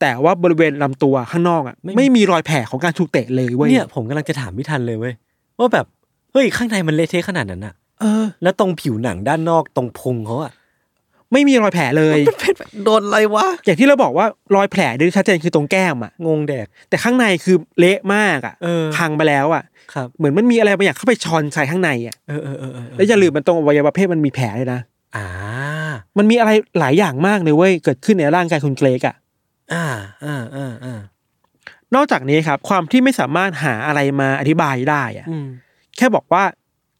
[SPEAKER 3] แต่ว่าบริเวณลำตัวข้างนอกอ่ะ
[SPEAKER 2] ไม่มี
[SPEAKER 3] ไม่มีรอยแผลของการถูกเตะเลยเว้ย
[SPEAKER 2] เนี่ยผมกำลังจะถามไม่ทันเลยเว้ยว่าแบบเฮ้ยข้างในมันเละเทะขนาดนั้นอะ
[SPEAKER 3] เออ
[SPEAKER 2] แล้วตรงผิวหนังด้านนอกตรงพุงเขาอะ
[SPEAKER 3] ไม่มีรอยแผลเลย
[SPEAKER 2] โดนอะไรวะ
[SPEAKER 3] อย่างที่เราบอกว่ารอยแผลที่ชัดเจนคือตรงแก้มอ่ะ
[SPEAKER 2] งงแดก
[SPEAKER 3] แต่ข้างในคือเละมากอ่ะ
[SPEAKER 2] เออ
[SPEAKER 3] พังไปแล้วอ่ะ
[SPEAKER 2] ครับ
[SPEAKER 3] เหมือนมันมีอะไรบางอย่างเข้าไปชอนใส่ข้างในอ่ะ
[SPEAKER 2] เออเออเออเออ
[SPEAKER 3] แล้วอย่าลืมมันตรงอวัยวะเพศมันมีแผลเลยนะ
[SPEAKER 2] อ่า
[SPEAKER 3] มันมีอะไรหลายอย่างมากเลยเว้ยเกิดขึ้นในร่างกายคุณเกรกอ่ะ
[SPEAKER 2] อ่าอ่าอ่าอ่าน
[SPEAKER 3] อกจากนี้ครับ ความที่ไม่สามารถหาอะไรมาอธิบายได้อ่ะ
[SPEAKER 2] อืม
[SPEAKER 3] แค่บอกว่า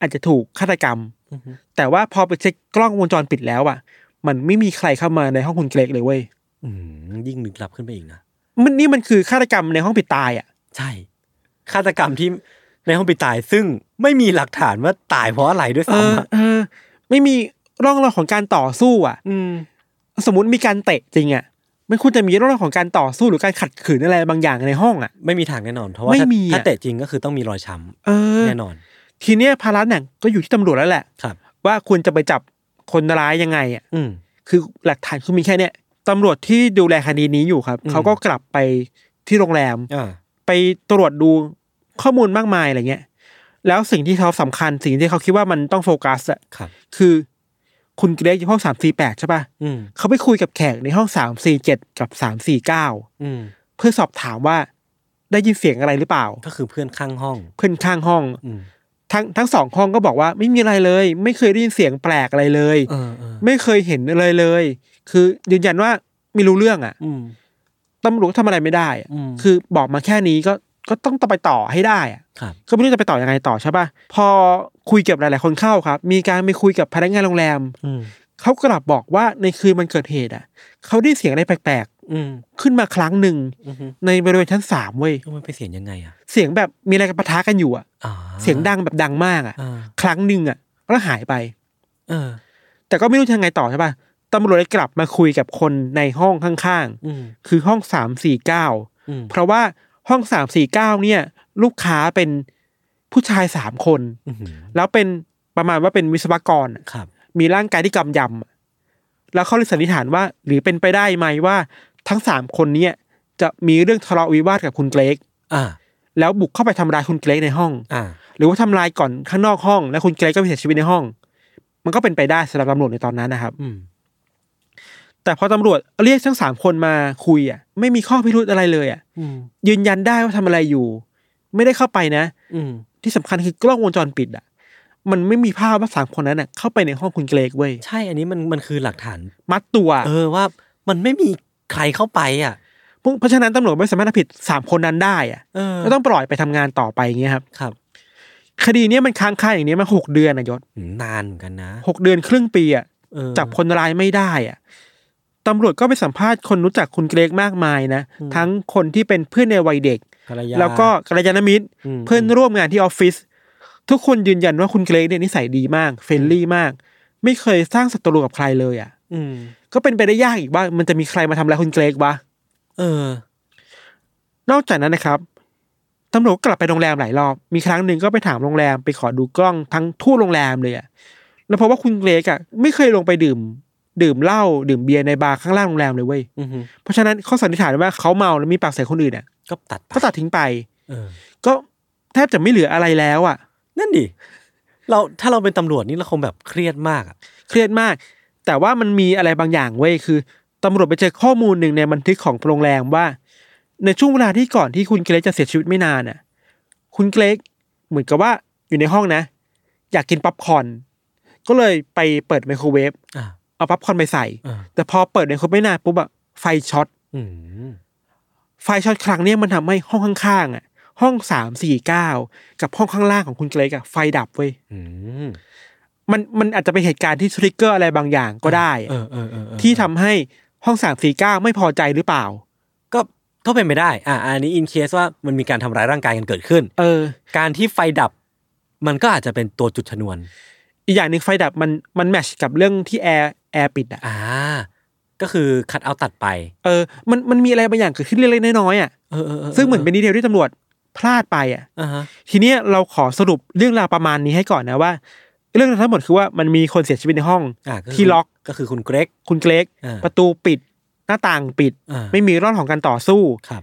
[SPEAKER 3] อาจจะถูกฆาตกรรม
[SPEAKER 2] อือฮึ
[SPEAKER 3] แต่ว่าพอไปเช็คกล้องวงจรปิดแล้วอ่ะ มันไม่มีใครเข้ามาในห้องคุณเกรกเลยเว้ย
[SPEAKER 2] อืมยิ่งลึกลับขึ้นไปอีกนะ
[SPEAKER 3] มันนี่มันคือฆาตกรรมในห้องปิดตายอ่ะ
[SPEAKER 2] ใช่ฆาตกรรมที่ในห้องปิดตายซึ่งไม่มีหลักฐานว่าตายเพราะอะไรด้วย
[SPEAKER 3] เออ
[SPEAKER 2] ซ้ำอะ
[SPEAKER 3] เออไม่มีร่องรอยของการต่อสู้อ่ะ
[SPEAKER 2] อืม
[SPEAKER 3] สมมติมีการเตะจริงอ่ะมันควรจะมีร่องรอยของการต่อสู้หรือการขัดขืนอะไรบางอย่างในห้องอ่ะ
[SPEAKER 2] ไม่มีทางแน่นอน เพราะว่า
[SPEAKER 3] ไม่
[SPEAKER 2] ถ้า
[SPEAKER 3] มีอะ
[SPEAKER 2] ถ้าเตะจริงก็คือต้องมีรอยช้
[SPEAKER 3] เอ
[SPEAKER 2] ำ
[SPEAKER 3] อ
[SPEAKER 2] แน่นอน
[SPEAKER 3] ทีเนี้ยภาระหนักก็อยู่ที่ตำรวจแล้วแหละ
[SPEAKER 2] ครับ
[SPEAKER 3] ว่าคุณจะไปจับคนร้ายยังไงอ่ะ
[SPEAKER 2] อืม
[SPEAKER 3] คือหลักฐานคือมีแค่เนี้ยตำรวจที่ดูแลคดีนี้อยู่ครับ
[SPEAKER 2] อืม
[SPEAKER 3] เขาก็กลับไปที่โรงแรม
[SPEAKER 2] อ่า
[SPEAKER 3] ไปตรวจดูข้อมูลมากมายอะไรเงี้ย แล้วสิ่งที่เขาสำคัญสิ่งที่เขาคิดว่ามันต้องโฟกัสอ่ะ
[SPEAKER 2] ครับ
[SPEAKER 3] คือคุณเกรกอยู่ห้องสามสี่แปดใช่ปะ
[SPEAKER 2] อืม
[SPEAKER 3] เขาไปคุยกับแขกในห้องสามสี่เจ็ดกับสามสี่เก้า
[SPEAKER 2] อืม
[SPEAKER 3] เพื่อสอบถามว่าได้ยินเสียงอะไรหรือเปล่า
[SPEAKER 2] ก็คือเพื่อนข้างห้อง
[SPEAKER 3] เพื่อนข้างห้อง
[SPEAKER 2] อืม
[SPEAKER 3] ทั้งทั้งสองห้องก็บอกว่าไม่มีอะไรเลย ไม่เคยได้ยินเสียงแปลกอะไรเลย
[SPEAKER 2] เออเออ
[SPEAKER 3] ไม่เคยเห็นอะไรเลย คือยืนยันว่าไม่รู้เรื่องอ่ะ
[SPEAKER 2] อืม
[SPEAKER 3] ตำรวจก็ทำอะไรไม่ได้อะ
[SPEAKER 2] อืม
[SPEAKER 3] คือบอกมาแค่นี้ก็ก็ต้องต่อไปต่อให้ได้อะ
[SPEAKER 2] ครับ
[SPEAKER 3] ก็ไม่รู้จะไปต่อยังไงต่อใช่ป่ะ พอคุยกับหลาย ๆ คนเข้าครับ มีการไปคุยกับพนักงานโรงแรม
[SPEAKER 2] อืม
[SPEAKER 3] เขากลับบอกว่าในคืนมันเกิดเหตุอ่ะ เขาได้เสียงอะไรแปลก
[SPEAKER 2] อืม
[SPEAKER 3] ๆ ขึ้นมาครั้งหนึ่ง
[SPEAKER 2] อืม
[SPEAKER 3] ในบริเวณชั้นสามเว้ย
[SPEAKER 2] แล้วมันไปเสียงยังไงอ่ะ
[SPEAKER 3] เสียงแบบมีอะไรกันปะทะกันอยู่อ่ะ
[SPEAKER 2] อ่า
[SPEAKER 3] เสียงดังแบบดังมากอ่ะ
[SPEAKER 2] อ่า
[SPEAKER 3] ครั้งหนึ่งอ่ะแล้วหายไป
[SPEAKER 2] เออ
[SPEAKER 3] แต่ก็ไม่รู้จะยังไงต่อใช่ป่ะ ตำรวจเลยกลับมาคุยกับคนในห้องข้าง
[SPEAKER 2] อืม
[SPEAKER 3] ๆ คือห้องสามสี่เก้า
[SPEAKER 2] อืม
[SPEAKER 3] เพราะว่าห้องสามสี่เก้าเนี่ย ลูกค้าเป็นผู้ชายสามคน
[SPEAKER 2] อืม
[SPEAKER 3] แล้วเป็นประมาณว่าเป็นวิศวกรอะ
[SPEAKER 2] ครับ
[SPEAKER 3] มีร่างกายที่กำยำอะแล้วเขาเลยสันนิษฐานว่า หรือเป็นไปได้ไหมว่าทั้งสามคนเนี้จะมีเรื่องทะเลาะวิวาทกับคุณเกรก
[SPEAKER 2] อ่า
[SPEAKER 3] แล้วบุกเข้าไปทำร้ายคุณเกรกในห้อง
[SPEAKER 2] อ่า
[SPEAKER 3] หรือว่าทำลายก่อนข้างนอกห้อง แล้วคุณเกรกก็เสียชีวิตในห้อง มันก็เป็นไปได้สำหรับตำรวจในตอนนั้นนะครับ
[SPEAKER 2] อืม
[SPEAKER 3] แต่พอตำรวจเรียกทั้งสามคนมาคุยอ่ะ ไม่มีข้อพิรุธอะไรเลยอ่ะ
[SPEAKER 2] อืม
[SPEAKER 3] ยืนยันได้ว่าทำอะไรอยู่ ไม่ได้เข้าไปนะ
[SPEAKER 2] อืม
[SPEAKER 3] ที่สำคัญคือกล้องวงจรปิดอ่ะ มันไม่มีภาพว่าสามคนนั้นอ่ะเข้าไปในห้องคุณเกรกเว้ย
[SPEAKER 2] ใช่อันนี้มันมันคือหลักฐาน
[SPEAKER 3] มัดตัว
[SPEAKER 2] เออว่ามันไม่มีใครเข้าไปอ่ะ
[SPEAKER 3] เพราะเพราะฉะนั้นตำรวจไม่สามารถเอาผิดสามคนนั้นได้อ่ะ
[SPEAKER 2] เออ
[SPEAKER 3] ก็ต้องปล่อยไปทำงานต่อไปอย่างเงี้ยครับ
[SPEAKER 2] ครับ
[SPEAKER 3] คดีเนี้ยมันค้างคาอย่างเนี้ยมาหกเดือนนะยศ
[SPEAKER 2] อืมนานเหมือนกันนะ
[SPEAKER 3] หกเดือนครึ่งปีอ่ะ
[SPEAKER 2] เออ
[SPEAKER 3] จับคนร้ายไม่ได้อ่ะตำรวจก็ไปสัมภาษณ์คนรู้จักคุณเกรกมากมายนะ
[SPEAKER 2] อืม
[SPEAKER 3] ทั้งคนที่เป็นเพื่อนในวัยเด็ก
[SPEAKER 2] ภรรยา
[SPEAKER 3] แล้วก็กัลยาณมิตร
[SPEAKER 2] อืม
[SPEAKER 3] เพื่อนร่วมงานที่ออฟฟิศทุกคนยืนยันว่าคุณเกรกเนี่ยนิสัยดีมากเฟรนลี่มาก ไม่เคยสร้างศัตรูกับใครเลยอ่ะ
[SPEAKER 2] อืม
[SPEAKER 3] ก็เป็นไปได้ยากอีกว่ามันจะมีใครมาทำร้ายคุณเกรกวะ
[SPEAKER 2] เออ
[SPEAKER 3] นอกจากนั้นนะครับตำรวจก็กลับไปโรงแรมหลายรอบ มีครั้งหนึ่งก็ไปถามโรงแรมไปขอดูกล้องทั้งทั่วโรงแรมเลยอ่ะแล้วเพราะว่าคุณเกรกอ่ะไม่เคยลงไปดื่ม ดื่มเหล้าดื่มเบียร์ในบาร์ข้างล่างโรงแรมเลยเว้ย
[SPEAKER 2] อืม
[SPEAKER 3] เพราะฉะนั้นเขาสันนิษฐานว่าเขาเมาแล้วมีปากเสียงคนอื่นอ่ะ
[SPEAKER 2] ก็ตัดไป
[SPEAKER 3] ก็ตัดทิ้งไป
[SPEAKER 2] เออ
[SPEAKER 3] ก็แทบจะไม่เหลืออะไรแล้วอ่ะ
[SPEAKER 2] นั่นดิ เราถ้าเราเป็นตำรวจนี่เราคงแบบเครียดมากอะ
[SPEAKER 3] เครียดมาก แต่ว่ามันมีอะไรบางอย่างเว้ยคือตำรวจไปเจอข้อมูลหนึ่งในบันทึกของโรงแรมว่า ในช่วงเวลาที่ก่อนที่คุณเกรกจะเสียชีวิตไม่นานน่ะ คุณเกรกเหมือนกับว่าอยู่ในห้องนะ อยากกินป๊อปคอร์นก็เลยไปเปิดไมโครเวฟ
[SPEAKER 2] อ่ะ
[SPEAKER 3] เอาป๊อปคอร์นไปใส่
[SPEAKER 2] เออ
[SPEAKER 3] แต่พอเปิดไมโครเวฟไม่นานปุ๊บอะไฟช็อต
[SPEAKER 2] อืม
[SPEAKER 3] ไฟช็อตครั้งเนี้ยมันทำให้ห้องข้างๆอะห้องสามสี่เก้ากับห้องข้างล่างของคุณเกรกอะไฟดับเว้ย
[SPEAKER 2] อืม
[SPEAKER 3] มันมันอาจจะเป็นเหตุการณ์ที่ทริกเกอร์อะไรบางอย่างก็ได้อะ
[SPEAKER 2] เออเออเออเออ
[SPEAKER 3] ที่ทำให้ห้องสามสี่เก้าไม่พอใจหรือเปล่า
[SPEAKER 2] ก็ก็เป็นไปได้ อ่ะอันนี้อินเคสว่ามันมีการทำร้ายร่างกายกันเกิดขึ้น
[SPEAKER 3] เออ
[SPEAKER 2] การที่ไฟดับ มันก็อาจจะเป็นตัวจุดชนวน
[SPEAKER 3] อีกอย่างหนึ่งไฟดับมันมันแมชกับเรื่องที่แอร์แอร์ปิดอ่ะ
[SPEAKER 2] อ่า ก็คือคัดเอาตัดไป
[SPEAKER 3] เออ มันมันมีอะไรบางอย่างเกิดขึ้นเล็กๆน้อยๆอ่ะ
[SPEAKER 2] เออเออเออ
[SPEAKER 3] ซึ่งเหมือนเป็นดีเทลที่ตำรวจ พลาดไปอ่ะ
[SPEAKER 2] อ่าฮะ
[SPEAKER 3] ทีเนี้ยเราขอสรุปเรื่องราวประมาณนี้ให้ก่อนนะว่า เรื่องราวทั้งหมดคือว่ามันมีคนเสียชีวิตในห้อง
[SPEAKER 2] อ่าคื
[SPEAKER 3] ที่ล็อก
[SPEAKER 2] ก็คือคุณเกรก
[SPEAKER 3] คุณเกรก
[SPEAKER 2] อ่า
[SPEAKER 3] ประตูปิด หน้าต่างปิด
[SPEAKER 2] อ่า
[SPEAKER 3] ไม่มีร่องของการต่อสู้
[SPEAKER 2] ครับ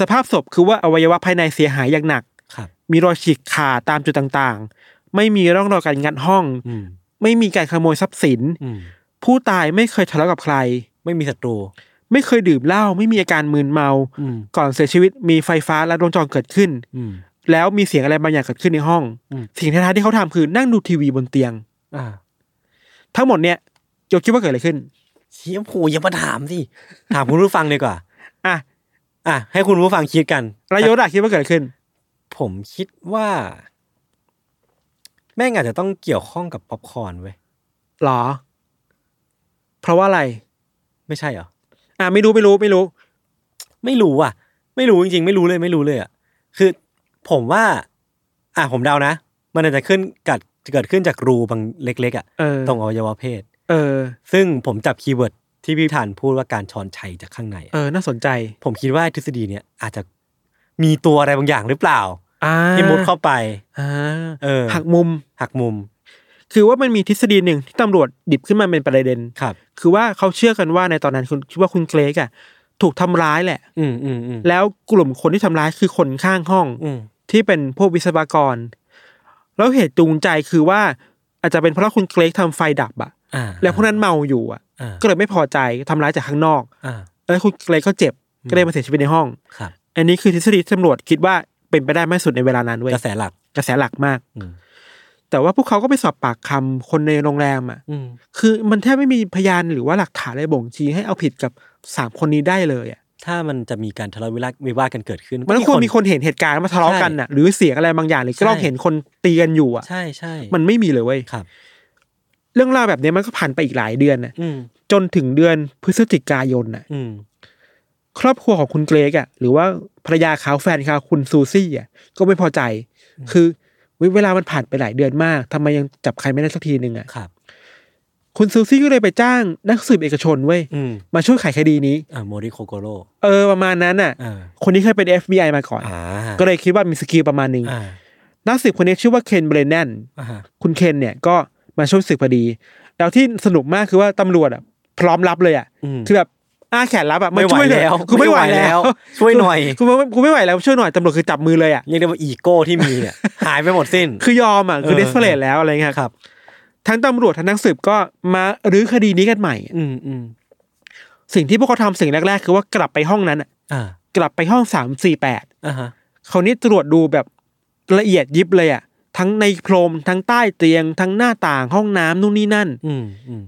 [SPEAKER 3] สภาพศพคือว่าอวัยวะภายในเสียหายอย่างหนัก
[SPEAKER 2] ครับ
[SPEAKER 3] มีรอยฉีกขาดตามจุดต่างๆ ไม่มีร่องรอยการงัดห้อง
[SPEAKER 2] อืม
[SPEAKER 3] ไม่มีการขโมยทรัพย์สิน
[SPEAKER 2] อืม
[SPEAKER 3] ผู้ตายไม่เคยทะเลาะกับใคร
[SPEAKER 2] ไม่มีศัตรู
[SPEAKER 3] ไม่เคยดื่มเหล้าไม่มีอาการมึนเมา
[SPEAKER 2] อืม
[SPEAKER 3] ก่อนเสียชีวิตมีไฟฟ้าและดวงจรเกิดขึ้น
[SPEAKER 2] อืม
[SPEAKER 3] แล้วมีเสียงอะไรบางอย่างเกิดขึ้นในห้อง
[SPEAKER 2] อืม
[SPEAKER 3] สิ่งท้ายๆที่เขาทำคือนั่งดูทีวีบนเตียง
[SPEAKER 2] อ่า
[SPEAKER 3] ทั้งหมดเนี่ยโยคิดว่าเกิดอะไรขึ้น
[SPEAKER 2] เชี่ยผูอย่ามาถามสิถามคุณผู้ฟังดีกว่า
[SPEAKER 3] อ่ะ
[SPEAKER 2] อ่ะให้คุณผู้ฟังคิดกัน
[SPEAKER 3] รายโยดอะคิดว่าเกิดอะไรขึ้น
[SPEAKER 2] ผมคิดว่า แม่งอาจจะต้องเกี่ยวข้องกับป๊อปคอร์นเว้ย
[SPEAKER 3] หรอ เพราะว่าอะไร
[SPEAKER 2] ไม่ใช่เหรอ
[SPEAKER 3] อ่ะไม่รู้ไม่รู้ไม่รู้
[SPEAKER 2] ไม่รู้อ่ะ ไม่รู้จริงๆ ไม่รู้เลยไม่รู้เลยอ่ะคือผมว่า อ่ะผมเดานะ มันอาจจะขึ้นกัดเกิดขึ้นจากรูบางเล็ก ๆอ่ะ
[SPEAKER 3] เออ
[SPEAKER 2] ตรงอวัยวะเพศ
[SPEAKER 3] เออ
[SPEAKER 2] ซึ่งผมจับคีย์เวิร์ดที่พี่ธานพูดว่าการช้อนชัยจากข้างใน
[SPEAKER 3] เอ
[SPEAKER 2] อะ
[SPEAKER 3] อ น่าสนใจ
[SPEAKER 2] ผมคิดว่าทฤษฎีเนี้ยอาจจะมีตัวอะไรบางอย่างหรือเปล่า
[SPEAKER 3] อ่า
[SPEAKER 2] ที่มุดเข้าไป
[SPEAKER 3] อ่า
[SPEAKER 2] เออ
[SPEAKER 3] หักมุม
[SPEAKER 2] หักมุม
[SPEAKER 3] คือว่ามันมีทฤษฎีหนึ่งที่ตำรวจดิบขึ้นมาเป็นประเด็น
[SPEAKER 2] ครับ
[SPEAKER 3] คือว่าเขาเชื่อกันว่าในตอนนั้นคุณคิดว่าคุณเกรกอะถูกทำร้ายแหละ
[SPEAKER 2] อืมอืมอืม
[SPEAKER 3] แล้วกลุ่มคนที่ทำร้ายคือคนข้างห้อง
[SPEAKER 2] อืม
[SPEAKER 3] ที่เป็นพวกวิศวกร แล้วเหตุจูงใจคือว่า อาจจะเป็นเพราะคุณเกรกทำไฟดับอะ
[SPEAKER 2] อ่า
[SPEAKER 3] แล้วพวกนั้นเมาอยู่อะ
[SPEAKER 2] อ่า
[SPEAKER 3] ก็เลยไม่พอใจทำร้ายจากข้างนอก
[SPEAKER 2] อ่า
[SPEAKER 3] แล้วคุณเกรกก็เจ็บ
[SPEAKER 2] อืม
[SPEAKER 3] ก็เลยมาเสียชีวิตในห้อง
[SPEAKER 2] ครับ
[SPEAKER 3] อันนี้คือทฤษฎีที่ตำรวจคิดว่าเป็นไปได้มากที่สุดในเวลานั้นเว้ย
[SPEAKER 2] กระแสหลัก
[SPEAKER 3] กระแสหลักมาก
[SPEAKER 2] อืม
[SPEAKER 3] แต่ว่าพวกเขาก็ไปสอบปากคำคนในโรงแรมอะ
[SPEAKER 2] อืม
[SPEAKER 3] คือมันแทบไม่มีพยานหรือว่าหลักฐานอะไรบ่งชี้ให้เอาผิดกับสามคนนี้ได้เลยอะ
[SPEAKER 2] ถ้ามันจะมีการทะเลาะวิวาทวิวาทกันเกิดขึ้น
[SPEAKER 3] มันก็ควรมี
[SPEAKER 2] น
[SPEAKER 3] คนเห็นเหตุการณ์มาทะเลาะกันน่ะ หรือเสียงอะไรบางอย่างหรือกล้อง
[SPEAKER 2] ใช่
[SPEAKER 3] เห็นคนตีกันอยู่อะ
[SPEAKER 2] ใช่ใช่
[SPEAKER 3] มันไม่มีเลยเว้ย
[SPEAKER 2] ครับ
[SPEAKER 3] เรื่องราวแบบนี้มันก็ผ่านไปอีกหลายเดือนนะ
[SPEAKER 2] อืม
[SPEAKER 3] จนถึงเดือนพฤศจิกายนน่ะ
[SPEAKER 2] อืม
[SPEAKER 3] ครอบครัวของคุณเกรกอ่ะหรือว่าภรรยาเขาแฟนเขาคุณซูซี่อ่ะก็ไม่พอใจ คือเว้ยเวลามันผ่านไปหลายเดือนมากทำไมยังจับใครไม่ได้สักทีหนึ่งอ่ะ
[SPEAKER 2] ครับ
[SPEAKER 3] คุณซูซี่ก็เลยไปจ้างนักสืบเอกชนเว้ย
[SPEAKER 2] อืม
[SPEAKER 3] มาช่วยไขคดีนี้
[SPEAKER 2] อ่าโมริโคโกโร่
[SPEAKER 3] เออประมาณนั้นอ่ะ
[SPEAKER 2] อ่า
[SPEAKER 3] คนนี้เคยเป็น FBI มาก่อน
[SPEAKER 2] อ่า
[SPEAKER 3] ก็เลยคิดว่ามีสกิลประมาณหนึ่ง
[SPEAKER 2] อ่า
[SPEAKER 3] นักสืบคนนี้ชื่อว่าเคนเบรนแนน
[SPEAKER 2] อ่าฮะ
[SPEAKER 3] คุณเคนเนี่ยก็มาช่วยสืบคดี แล้วที่สนุกมากคือว่าตำรวจอ่ะพร้อมรับเลยอ่ะ
[SPEAKER 2] อืม
[SPEAKER 3] คือแบบอ้าแขนรับอะ
[SPEAKER 2] ไม่ไหว
[SPEAKER 3] ช่ยเถอะ
[SPEAKER 2] แล้ว
[SPEAKER 3] กูไม่ไหวแล้ว
[SPEAKER 2] ช่วยหน่อย
[SPEAKER 3] กูไม่กูไม่ไหวแล้วช่วยหน่อยตำรวจคือจับมือเลยอะ
[SPEAKER 2] เรียกได้ว่าอีโก้ที่มีเนี่ย (laughs) หายไปหมดสิ้น
[SPEAKER 3] คือยอมอะคือ
[SPEAKER 2] เออ
[SPEAKER 3] เดสเฟลตแล้วอะไรเงี้ย
[SPEAKER 2] ครับ
[SPEAKER 3] ทั้งตำรวจทั้งนักสืบก็มารื้อคดีนี้กันใหม่
[SPEAKER 2] อืมอืม
[SPEAKER 3] สิ่งที่พวกเขาทำสิ่งแรก ๆ คือว่ากลับไปห้องนั้นอะ
[SPEAKER 2] อ่าก
[SPEAKER 3] ลับไปห้องสามสี่แปด
[SPEAKER 2] อ่าฮะ
[SPEAKER 3] คราวนี้ตรวจดูแบบละเอียดยิบเลยอะทั้งในโพรมทั้งใต้เตียง ทั้งหน้าต่างห้องน้ำนู่นนี่นั่น
[SPEAKER 2] อืมอืม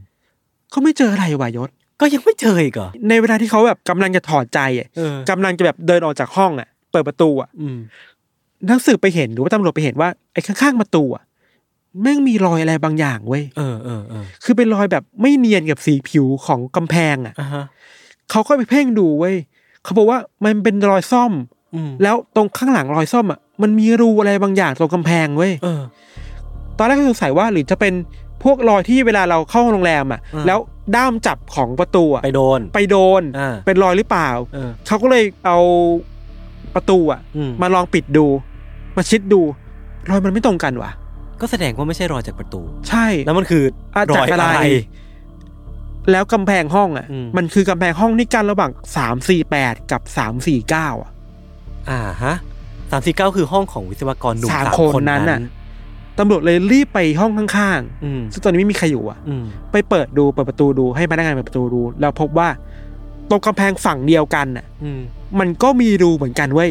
[SPEAKER 3] ก็ไม่เจออะไรวายศ
[SPEAKER 2] ก็ยังไม่เจออีกเหรอ
[SPEAKER 3] ในเวลาที่เขาแบบกำลังจะถอดใจอะ
[SPEAKER 2] เออก
[SPEAKER 3] ำลังจะแบบเดินออกจากห้องอะเปิดประตูอะ
[SPEAKER 2] อืม
[SPEAKER 3] นักสืบไปเห็นหรือว่าตำรวจไปเห็นว่าไอ้ข้างๆประตูอ่ะแม่งมีรอยอะไรบางอย่างเว้ย
[SPEAKER 2] เออเออเออ
[SPEAKER 3] คือเป็นรอยแบบไม่เนียนกับสีผิวของกำแพงอ่ะ
[SPEAKER 2] อ่าฮะ
[SPEAKER 3] เขาก็ไปเพ่งดูเว้ยเขาบอกว่ามันเป็นรอยซ่อม
[SPEAKER 2] อืม
[SPEAKER 3] แล้วตรงข้างหลังรอยซ่อมอ่ะมันมีรูอะไรบางอย่างตรงกำแพงเว้ย
[SPEAKER 2] เออ
[SPEAKER 3] ตอนแรกก็สงสัยว่าหรือจะเป็นพวกรอยที่เวลาเราเข้าโรงแรมอ่ะ
[SPEAKER 2] อ่า
[SPEAKER 3] แล้วด้ามจับของประตูอ่ะ
[SPEAKER 2] ไปโดน
[SPEAKER 3] ไปโดน
[SPEAKER 2] อ่า
[SPEAKER 3] เป็นรอยหรือเปล่า
[SPEAKER 2] เออ
[SPEAKER 3] เขาก็เลยเอาประตูอ่ะ
[SPEAKER 2] อืม
[SPEAKER 3] มาลองปิดดู มาชิดดู รอยมันไม่ตรงกันว่ะ
[SPEAKER 2] ก็แสดงว่าไม่ใช่รอยจากประตู
[SPEAKER 3] ใช่
[SPEAKER 2] แล้วมันคืออ
[SPEAKER 3] อา
[SPEAKER 2] ร
[SPEAKER 3] จ
[SPEAKER 2] อ
[SPEAKER 3] จะ
[SPEAKER 2] ย
[SPEAKER 3] อะ
[SPEAKER 2] อะไร ไร
[SPEAKER 3] แล้วกำแพงห้องอ่ะ
[SPEAKER 2] อืม
[SPEAKER 3] มันคือกำแพงห้องที่กั้นระหว่างสามสี่แปดกับสามสี่เก้าอ่ะ
[SPEAKER 2] อ่าฮะสามสี่เก้าคือห้องของวิศวกรหนุ่ม
[SPEAKER 3] สาม
[SPEAKER 2] สาม
[SPEAKER 3] คน
[SPEAKER 2] คนนั้
[SPEAKER 3] นั้น นอ่ะตำรวจเลยรีบไปห้องข้าง
[SPEAKER 2] อืม
[SPEAKER 3] ๆ ซึ่งตอนนี้ไม่มีใครอยู่อ่ะ
[SPEAKER 2] อืม
[SPEAKER 3] ไปเปิดดูเปิดประตูดูให้พนักงานเปิดประตูดู แล้วพบว่า ตรงกำแพงฝั่งเดียวกันอ่ะ
[SPEAKER 2] อืม
[SPEAKER 3] มันก็มีรูเหมือนกันเว้ย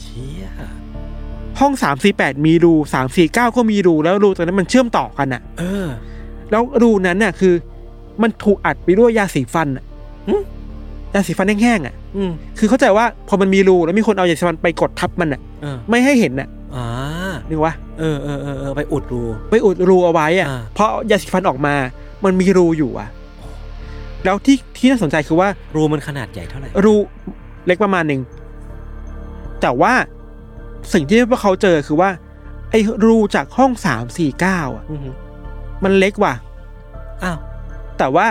[SPEAKER 2] เชี่ย
[SPEAKER 3] ห้องสามสี่แปดมีรูสามสี่เก้าก็มีรูแล้วรูตรงนั้นมันเชื่อมต่อกันอ่ะ
[SPEAKER 2] เออ
[SPEAKER 3] แล้วรูนั้นน่ะคือ มันถูกอัดไปด้วยยาสีฟันน่ะ
[SPEAKER 2] หึ
[SPEAKER 3] ยาสีฟันแห้งๆอ่ะ
[SPEAKER 2] อืม
[SPEAKER 3] คือเข้าใจว่าพอมันมีรูแล้วมีคนเอายาสีฟันไปกดทับมันอ่ะ
[SPEAKER 2] เออ
[SPEAKER 3] ไม่ให้เห็นอ่ะ
[SPEAKER 2] อ่า
[SPEAKER 3] นึกว่า
[SPEAKER 2] เออเออเออเออไปอุดรู
[SPEAKER 3] ไปอุดรูเอาไว้อ่ะ
[SPEAKER 2] อ่า
[SPEAKER 3] เพราะยาสีฟันออกมา มันมีรูอยู่อ่ะ แล้วที่ที่น่าสนใจคือว่า
[SPEAKER 2] รูมันขนาดใหญ่เท่าไหร่
[SPEAKER 3] รูเล็กประมาณหนึ่งแต่ว่าสิ่งที่พวกเขาเจอคือว่า ไอ้รูจากห้องสามสี่เก้าอ่ะ
[SPEAKER 2] อือฮึ
[SPEAKER 3] มันเล็กว่ะ
[SPEAKER 2] อ้าว
[SPEAKER 3] แต่ว่า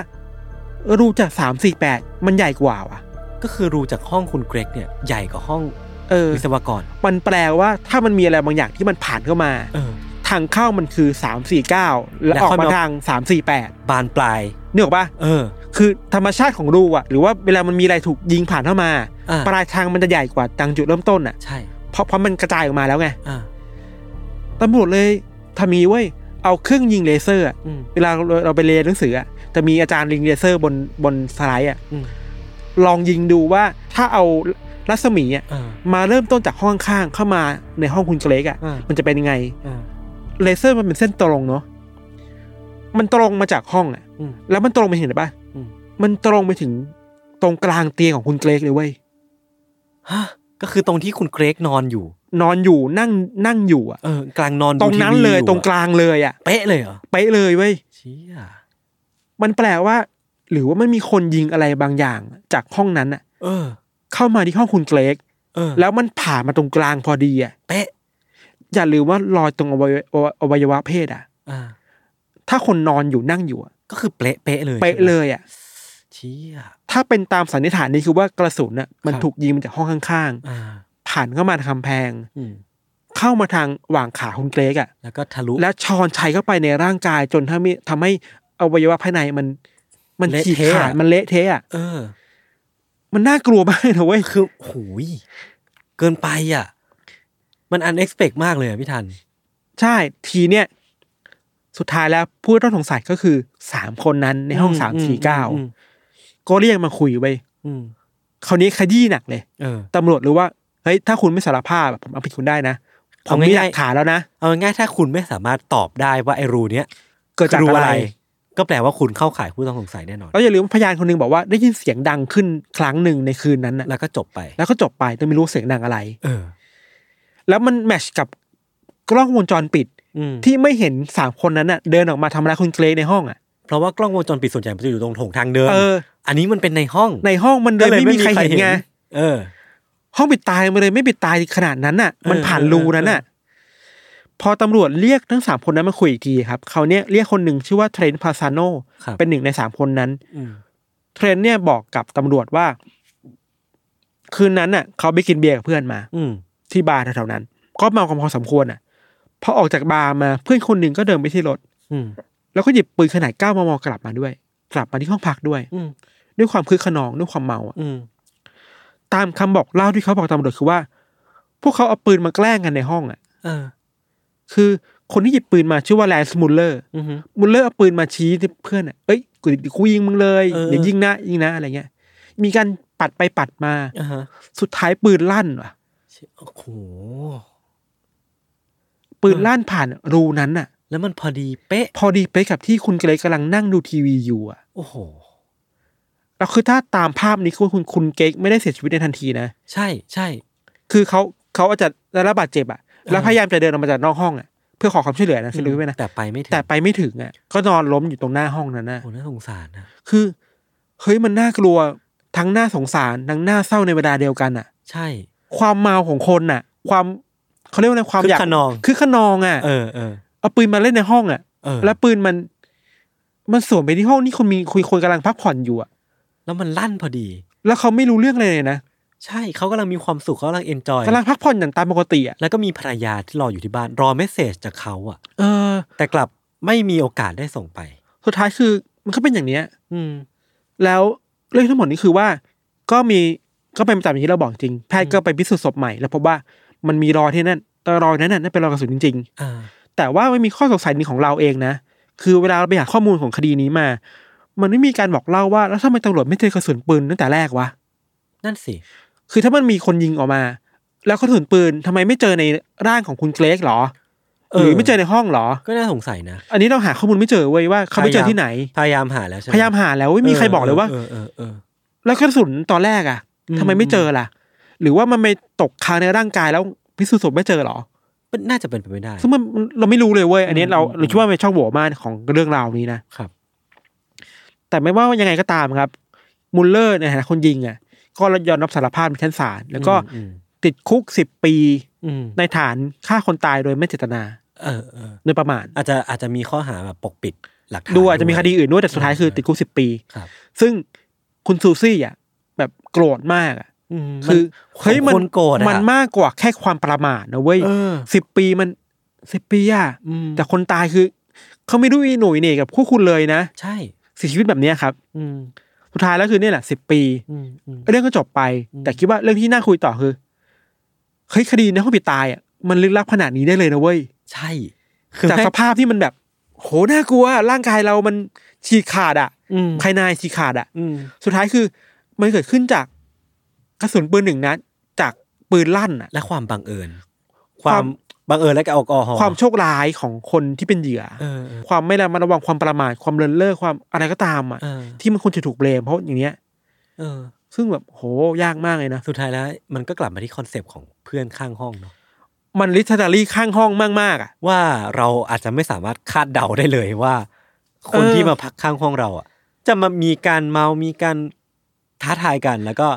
[SPEAKER 3] รูจากสามสี่แปดมันใหญ่กว่าว่ะ
[SPEAKER 2] ก็คือรูจากห้องคุณเกรกเนี่ยใหญ่กว่าห้อง
[SPEAKER 3] เออ
[SPEAKER 2] วิศวกร
[SPEAKER 3] มันแปลว่าถ้ามันมีอะไรบางอย่างที่มันผ่านเข้ามา
[SPEAKER 2] เออ
[SPEAKER 3] ทางเข้ามันคือสามสี่เก้าแล้ว
[SPEAKER 2] แล้ว
[SPEAKER 3] ออก
[SPEAKER 2] ค่อย
[SPEAKER 3] มา
[SPEAKER 2] มา
[SPEAKER 3] ทางสามสี่แปด
[SPEAKER 2] บานปลาย
[SPEAKER 3] เนี่ยหรอกปะ
[SPEAKER 2] เออ
[SPEAKER 3] คือธรรมชาติของรูอ่ะ หรือว่าเวลามันมีอะไรถูกยิงผ่านเข้ามา
[SPEAKER 2] อ่า
[SPEAKER 3] ปลายทางมันจะใหญ่กว่าทางจุดเริ่มต้นอ่ะ
[SPEAKER 2] ใช่
[SPEAKER 3] เพราะเพราะมันกระจายออกมาแล้วไง
[SPEAKER 2] อ่า
[SPEAKER 3] ตำรวจเลยทำมีเว้ยเอาเครื่องยิงเลเซอร์อะ
[SPEAKER 2] อืม
[SPEAKER 3] เวลาเราเราไปเรียนหนังสืออะจะมีอาจารย์ยิงเลเซอร์บนบนสไลด์อ่ะ
[SPEAKER 2] อืม
[SPEAKER 3] ลองยิงดูว่าถ้าเอารัศมีอ่ะ
[SPEAKER 2] อ่า
[SPEAKER 3] มาเริ่มต้นจากห้องข้างเข้ามาในห้องคุณเกรกอ่ะ
[SPEAKER 2] อ่ามั
[SPEAKER 3] มันจะเป็นยังไง
[SPEAKER 2] อ่า
[SPEAKER 3] เลเซอร์มันเป็นเส้นตรงเนาะ มันตรงมาจากห้องอะ
[SPEAKER 2] อืม
[SPEAKER 3] แล้วมันตรงไปเห็นหรือปะ
[SPEAKER 2] อืม
[SPEAKER 3] มันตรงไปถึงตรงกลางเตียงของคุณเกรกเลยเว้ย
[SPEAKER 2] ฮะก็คือตรงที่คุณเกรกนอนอยู่
[SPEAKER 3] นอนอยู่นั่งนั่งอยู่อะ
[SPEAKER 2] เออกลางนอนดู
[SPEAKER 3] ตรงนั้น
[SPEAKER 2] ทีวี
[SPEAKER 3] เลย
[SPEAKER 2] ออะ
[SPEAKER 3] ตรงกลางเลยอะ
[SPEAKER 2] เป๊ะเลยเหรอ
[SPEAKER 3] เป๊ะเลยเว้ย
[SPEAKER 2] เชี่ย
[SPEAKER 3] มันแปลว่า หรือว่ามันมีคนยิงอะไรบางอย่าง จากห้องนั้นอะ
[SPEAKER 2] เออ
[SPEAKER 3] เข้ามาที่ห้องคุณเกรก
[SPEAKER 2] เออ
[SPEAKER 3] แล้วมันผ่านมาตรงกลางพอดีอะ
[SPEAKER 2] เป๊ะ
[SPEAKER 3] อย่าลืมว่ารอยตรงอวัยวะอวอวัยวะเพศอะ
[SPEAKER 2] อ่า
[SPEAKER 3] ถ้าคนนอนอยู่นั่งอยู่อะ
[SPEAKER 2] ก็คือเป๊ะเป๊ะเลย
[SPEAKER 3] เป๊ะเลยอะ
[SPEAKER 2] เชี่ย
[SPEAKER 3] ถ้าเป็นตามสันนิษฐานนี่คือว่ากระสุนน่ะมัน
[SPEAKER 2] ครับ
[SPEAKER 3] ถูกยิงมาจากห้องข้าง
[SPEAKER 2] อ่า
[SPEAKER 3] ๆ ผ่านเข้ามาทางกำแพง
[SPEAKER 2] อืม
[SPEAKER 3] เข้ามาทางหว่างขาคุณเกรกอ่ะ
[SPEAKER 2] แล้วก็ทะลุ
[SPEAKER 3] แล้วชอนชัยเข้าไปในร่างกายจนทำให้ทำให้อวัยวะภายในมัน มัน
[SPEAKER 2] เละ
[SPEAKER 3] ฉีก
[SPEAKER 2] เทะ
[SPEAKER 3] ขาดมันเละเทะอ่ะ
[SPEAKER 2] เออ
[SPEAKER 3] มันน่ากลัวมากนะเว้ย
[SPEAKER 2] คือหูย เกินไปอ่ะ มันอันเอ็กซ์เพมากเลยอ่ะพี่ทัน
[SPEAKER 3] ใช่ทีเนี้ยสุดท้ายแล้วผู้ต้องสงสัยก็คือสามคนนั้นในห้อง
[SPEAKER 2] อืม
[SPEAKER 3] สามสี่เก้า
[SPEAKER 2] อืม
[SPEAKER 3] ก็เรียกมาคุยไว้ย
[SPEAKER 2] อืม
[SPEAKER 3] คราวนี้ขยี้หนักเลย
[SPEAKER 2] เออ
[SPEAKER 3] ตำรวจรู้ว่าเฮ้ยถ้าคุณไม่สารภาพอะผมเอาผิดคุณได้นะผมมีหลักฐานแล้วนะ
[SPEAKER 2] เอาง่ายๆถ้าคุณไม่สามารถตอบได้ว่าไอ้รูเนี้ย
[SPEAKER 3] เกิดจาก
[SPEAKER 2] คื
[SPEAKER 3] อะไร
[SPEAKER 2] ก็แปลว่าคุณเข้าข่ายผู้ต้องสงสัยแน่นอน
[SPEAKER 3] แล้วอย่าลืมว่าพยานคนหนึงบอกว่าได้ยินเสียงดังขึ้นครั้งหนึ่งในคืนนั้นน่ะ
[SPEAKER 2] แล้วก็จบไป
[SPEAKER 3] แล้วก็จบไปแต่ไม่รู้เสียงดังอะไร
[SPEAKER 2] เออ
[SPEAKER 3] แล้วมันแมทชกับกล้องวงจรปิด
[SPEAKER 2] อืม
[SPEAKER 3] ที่ไม่เห็นสามคนนั้นน่ะเดินออกมาทำร้ายคุณเกรซในห้องอ่ะ
[SPEAKER 2] เพราะว่ากล้องวงจรปิดส่วนใหญ่มันจะอยู่ตรงโถงทางเดิน
[SPEAKER 3] เออ
[SPEAKER 2] อันนี้มันเป็นในห้อง
[SPEAKER 3] ในห้องมัน
[SPEAKER 2] ก็
[SPEAKER 3] เดินไม่มีใครเห็นไง
[SPEAKER 2] เออ
[SPEAKER 3] ห้องปิดตายมาเลยไม่ปิดตายขนาดนั้นน่ะ มันผ่านรูนั้นน่ะ พอตำรวจเรียกทั้งสามคนนั้นมาคุยอีกทีครับเขาวเนี่ยเรียกคนหนึ่งชื่อว่าเทรนต์พาซาโน
[SPEAKER 2] ครับ
[SPEAKER 3] เป็นหนึ่งในสามคนนั้น
[SPEAKER 2] อืม
[SPEAKER 3] เทรนต์เนี่ยบอกกับตำรวจว่า คืนนั้นน่ะ เขาไปกินเบียร์กับเพื่อนมา
[SPEAKER 2] อืม
[SPEAKER 3] ที่บาร์แถวๆนั้น ก็เมากันพอสมควรอ่ะพอออกจากบาร์มาเพื่อนคนหนึ่งก็เดินไปที่รถ
[SPEAKER 2] อืม
[SPEAKER 3] แล้วก็หยิบปืนขนาด9มมกลับมาด้วย กลับมาที่ห้องพักด้วย
[SPEAKER 2] อืม
[SPEAKER 3] ด้วยความคึกขนองด้วยความเมาอ่ะ
[SPEAKER 2] อืม
[SPEAKER 3] ตามคำบอกเล่าที่เขาบอกตำรวจคือว่า พวกเขาเอาปืนมาแกล้งกันในห้องอ่ะ
[SPEAKER 2] เออ
[SPEAKER 3] คือคนที่หยิบปืนมาชื่อว่าแลนส์มูลเลอร์
[SPEAKER 2] อือฮึ
[SPEAKER 3] มูลเลอร์เอาปืนมาชี้ที่เพื่อนอ่ะเอ้ยกูเดี๋ยวกูยิงมึงเลย
[SPEAKER 2] เออ
[SPEAKER 3] เดี๋ยวยิงนะยิงนะอะไรเงี้ย มีการปัดไปปัดมา
[SPEAKER 2] อ่าฮะ
[SPEAKER 3] สุดท้ายปืนลั่นว่ะ
[SPEAKER 2] โอ้โห
[SPEAKER 3] ปืนลั่นผ่านรูนั้นอ่ะ
[SPEAKER 2] แล้วมันพอดีเป๊ะ
[SPEAKER 3] พอดีไปกับที่คุณเกรกกำลังนั่งดูทีวีอยู่อ่ะ
[SPEAKER 2] โอ้โห
[SPEAKER 3] แล้วคือถ้าตามภาพนี้คือคุณคุณเก๊กไม่ได้เสียชีวิตในทันทีนะ
[SPEAKER 2] ใช่ใช่
[SPEAKER 3] คือเขาเขาอาจจะได้รับบาดเจ็บอ่ะ แล้วพยายามจะเดินออกมาจากนอกห้องอ่ะ เพื่อขอความช่วยเหลือนะคือรู้ไหมนะ
[SPEAKER 2] แต่ไปไม่ถึง
[SPEAKER 3] แต่ไปไม่ถึงอ่ะ ก็นอนล้มอยู่ตรงหน้าห้องนั้นนะ
[SPEAKER 2] โอ้โหน่าสงสารนะ
[SPEAKER 3] คือเฮ้ยมันน่ากลัวทั้งน่าสงสารทั้งน่าเศร้าในเวลาเดียวกันอ่ะ
[SPEAKER 2] ใช่
[SPEAKER 3] ความเมาของคนอ่ะ ความเขาเรียกว่าอะไรความอยาก
[SPEAKER 2] คึกขนอง
[SPEAKER 3] คือขนองอ่ะ
[SPEAKER 2] เออเออ
[SPEAKER 3] เอาปืนมาเล่นในห้องอ่ะ
[SPEAKER 2] เออ
[SPEAKER 3] แล้วปืนมัน มันสวนไปที่ห้องนี่คนมีคุยคนกำลังพักผ่อนอยู่อ่ะ
[SPEAKER 2] แล้วมันลั่นพอดี
[SPEAKER 3] แล้วเขาไม่รู้เรื่องอะไรเลยนะ
[SPEAKER 2] ใช่เขากำลังมีความสุขเขากำลังเอนจอย
[SPEAKER 3] กำลังพักผ่อนอย่างตามปกติอ่ะ
[SPEAKER 2] แล้วก็มีภรรยาที่รออยู่ที่บ้านรอเมสเซจจากเขาอะ
[SPEAKER 3] เออ
[SPEAKER 2] แต่กลับไม่มีโอกาสได้ส่งไป
[SPEAKER 3] สุดท้ายคือมันก็เป็นอย่างเนี้ย
[SPEAKER 2] อืม
[SPEAKER 3] แล้วเรื่องทั้งหมดนี้คือว่า ก็มีก็เป็นไปตามอย่างที่เราบอกจริง แพทย์ก็ไปพิสูจน์ศพใหม่ แล้วพบว่ามันมีรอยที่นั่นแต่รอยนั้นน่ะนั่นเป็นรอยกระสุนจริง
[SPEAKER 2] อ่า
[SPEAKER 3] ๆ แต่ว่าไม่มีข้อสงสัยนี้ของเราเองนะ คือเวลาเราไปหาข้อมูลของคดีนี้มา มันไม่มีการบอกเล่าว่าแล้วทำไมตำรวจไม่เจอกระสุนปืนตั้งแต่แรกวะ
[SPEAKER 2] นั่นสิ
[SPEAKER 3] คือถ้ามันมีคนยิงออกมา แล้วกระสุนปืนทำไมไม่เจอในร่างของคุณเกรกหรอ
[SPEAKER 2] เออ
[SPEAKER 3] หรือไม่เจอในห้องหรอ
[SPEAKER 2] ก็น่าสงสัยนะ
[SPEAKER 3] อันนี้เราหาข้อมูลไม่เจอเว้ยว่าเขาไปเจอที่ไหน
[SPEAKER 2] พยายามหาแล้วใช่ไหม
[SPEAKER 3] พยายามหาแล้วไม่มีใครบอกเลยว่า
[SPEAKER 2] เออเออเออ
[SPEAKER 3] แล้วกระสุนตอนแรกอะ
[SPEAKER 2] อืม
[SPEAKER 3] ทำไมไม่เจอล่ะ หรือว่ามันไปตกค้างในร่างกายแล้วพิสูจน์ศพไม่เจอหรอ
[SPEAKER 2] มันน่าจะเป็นไปไม่ได้
[SPEAKER 3] ซึ่งมันมันเราไม่รู้เลยเว้ยอันนี้เรา
[SPEAKER 2] อืม
[SPEAKER 3] เราคิดว่าเป็นช่องโหว่มากของเรื่องราวนี้นะครับ แต่ไม่ว่ายังไงก็ตามครับมุลเลอร์ในฐานะคนยิงอะก็ยอมรับสารภาพในชั้นศาลแล้วก็
[SPEAKER 2] อืม
[SPEAKER 3] ติดคุกสิบปี
[SPEAKER 2] อืม
[SPEAKER 3] ในฐานฆ่าคนตายโดยไม่เจตนา
[SPEAKER 2] เออเออ
[SPEAKER 3] โดยประมาท
[SPEAKER 2] อาจจะอาจจะมีข้อหาแบบปกปิดหลักฐาน
[SPEAKER 3] ดูอาจจะมีคดีอื่นด้วยแต่สุดท้ายคือติดคุกสิบปี
[SPEAKER 2] ครับ
[SPEAKER 3] ซึ่งคุณซูซี่อ่ะแบบโกรธมากอะ คือ เฮ้ยมัน
[SPEAKER 2] คนโกรธอะ
[SPEAKER 3] มันมากกว่าแค่ความประมาทนะเว้ย
[SPEAKER 2] เออ
[SPEAKER 3] สิบปีมันสิบปีอะ
[SPEAKER 2] อืม
[SPEAKER 3] แต่คนตายคือเขาไม่รู้อีหนุ่ยเหน่กับคู่คุณเลยนะ
[SPEAKER 2] ใช่
[SPEAKER 3] เสียชีวิตแบบเนี้ยครับ
[SPEAKER 2] อืม
[SPEAKER 3] สุดท้ายแล้วคือเนี่ยแหละสิบปี
[SPEAKER 2] อืมอืม
[SPEAKER 3] เรื่องก็จบไป
[SPEAKER 2] อืม
[SPEAKER 3] แต่คิดว่าเรื่องที่น่าคุยต่อคือเฮ้ยคดีในห้องปิดตายอ่ะมันลึกลับขนาดนี้ได้เลยนะเว้ย
[SPEAKER 2] ใช่ คือ
[SPEAKER 3] จาก
[SPEAKER 2] ให้
[SPEAKER 3] สภาพที่มันแบบ โหน่ากลัวร่างกายเรามันฉีกขาดอ่ะ
[SPEAKER 2] อืม
[SPEAKER 3] ภายในฉีกขาดอ่ะ
[SPEAKER 2] อืม
[SPEAKER 3] สุดท้ายคือ มันเกิดขึ้นจากกระสุนปืนหนึ่งนัดจากปืนลั่นอ่ะ
[SPEAKER 2] และความบังเอิญ
[SPEAKER 3] ควาว
[SPEAKER 2] คาม มบังเอิญและแอลกอฮอล์
[SPEAKER 3] ความโชคร้ายของคนที่เป็นเหยื่อ
[SPEAKER 2] เออเออ
[SPEAKER 3] ความไม่ระมัดระวังความประมาทความเลินเล่อความอะไรก็ตามอ่ะ
[SPEAKER 2] เออ
[SPEAKER 3] ที่มันควรจะถูกเบลมเพราะอย่างเนี้ย
[SPEAKER 2] เออ
[SPEAKER 3] ซึ่งแบบโหยากมากเลยนะ
[SPEAKER 2] สุดท้ายแล้วมันก็กลับมาที่คอนเซปต์ของเพื่อนข้างห้องเนาะ
[SPEAKER 3] มันลิทเทอรี่ข้างห้องมากๆอ่ะ
[SPEAKER 2] ว่าเราอาจจะไม่สามารถคาดเดาได้เลยว่า คน
[SPEAKER 3] เออ
[SPEAKER 2] ที่มาพักข้างห้องเราอ่ะ จะมามีการเมา มีการท้าทายกัน แล้วก็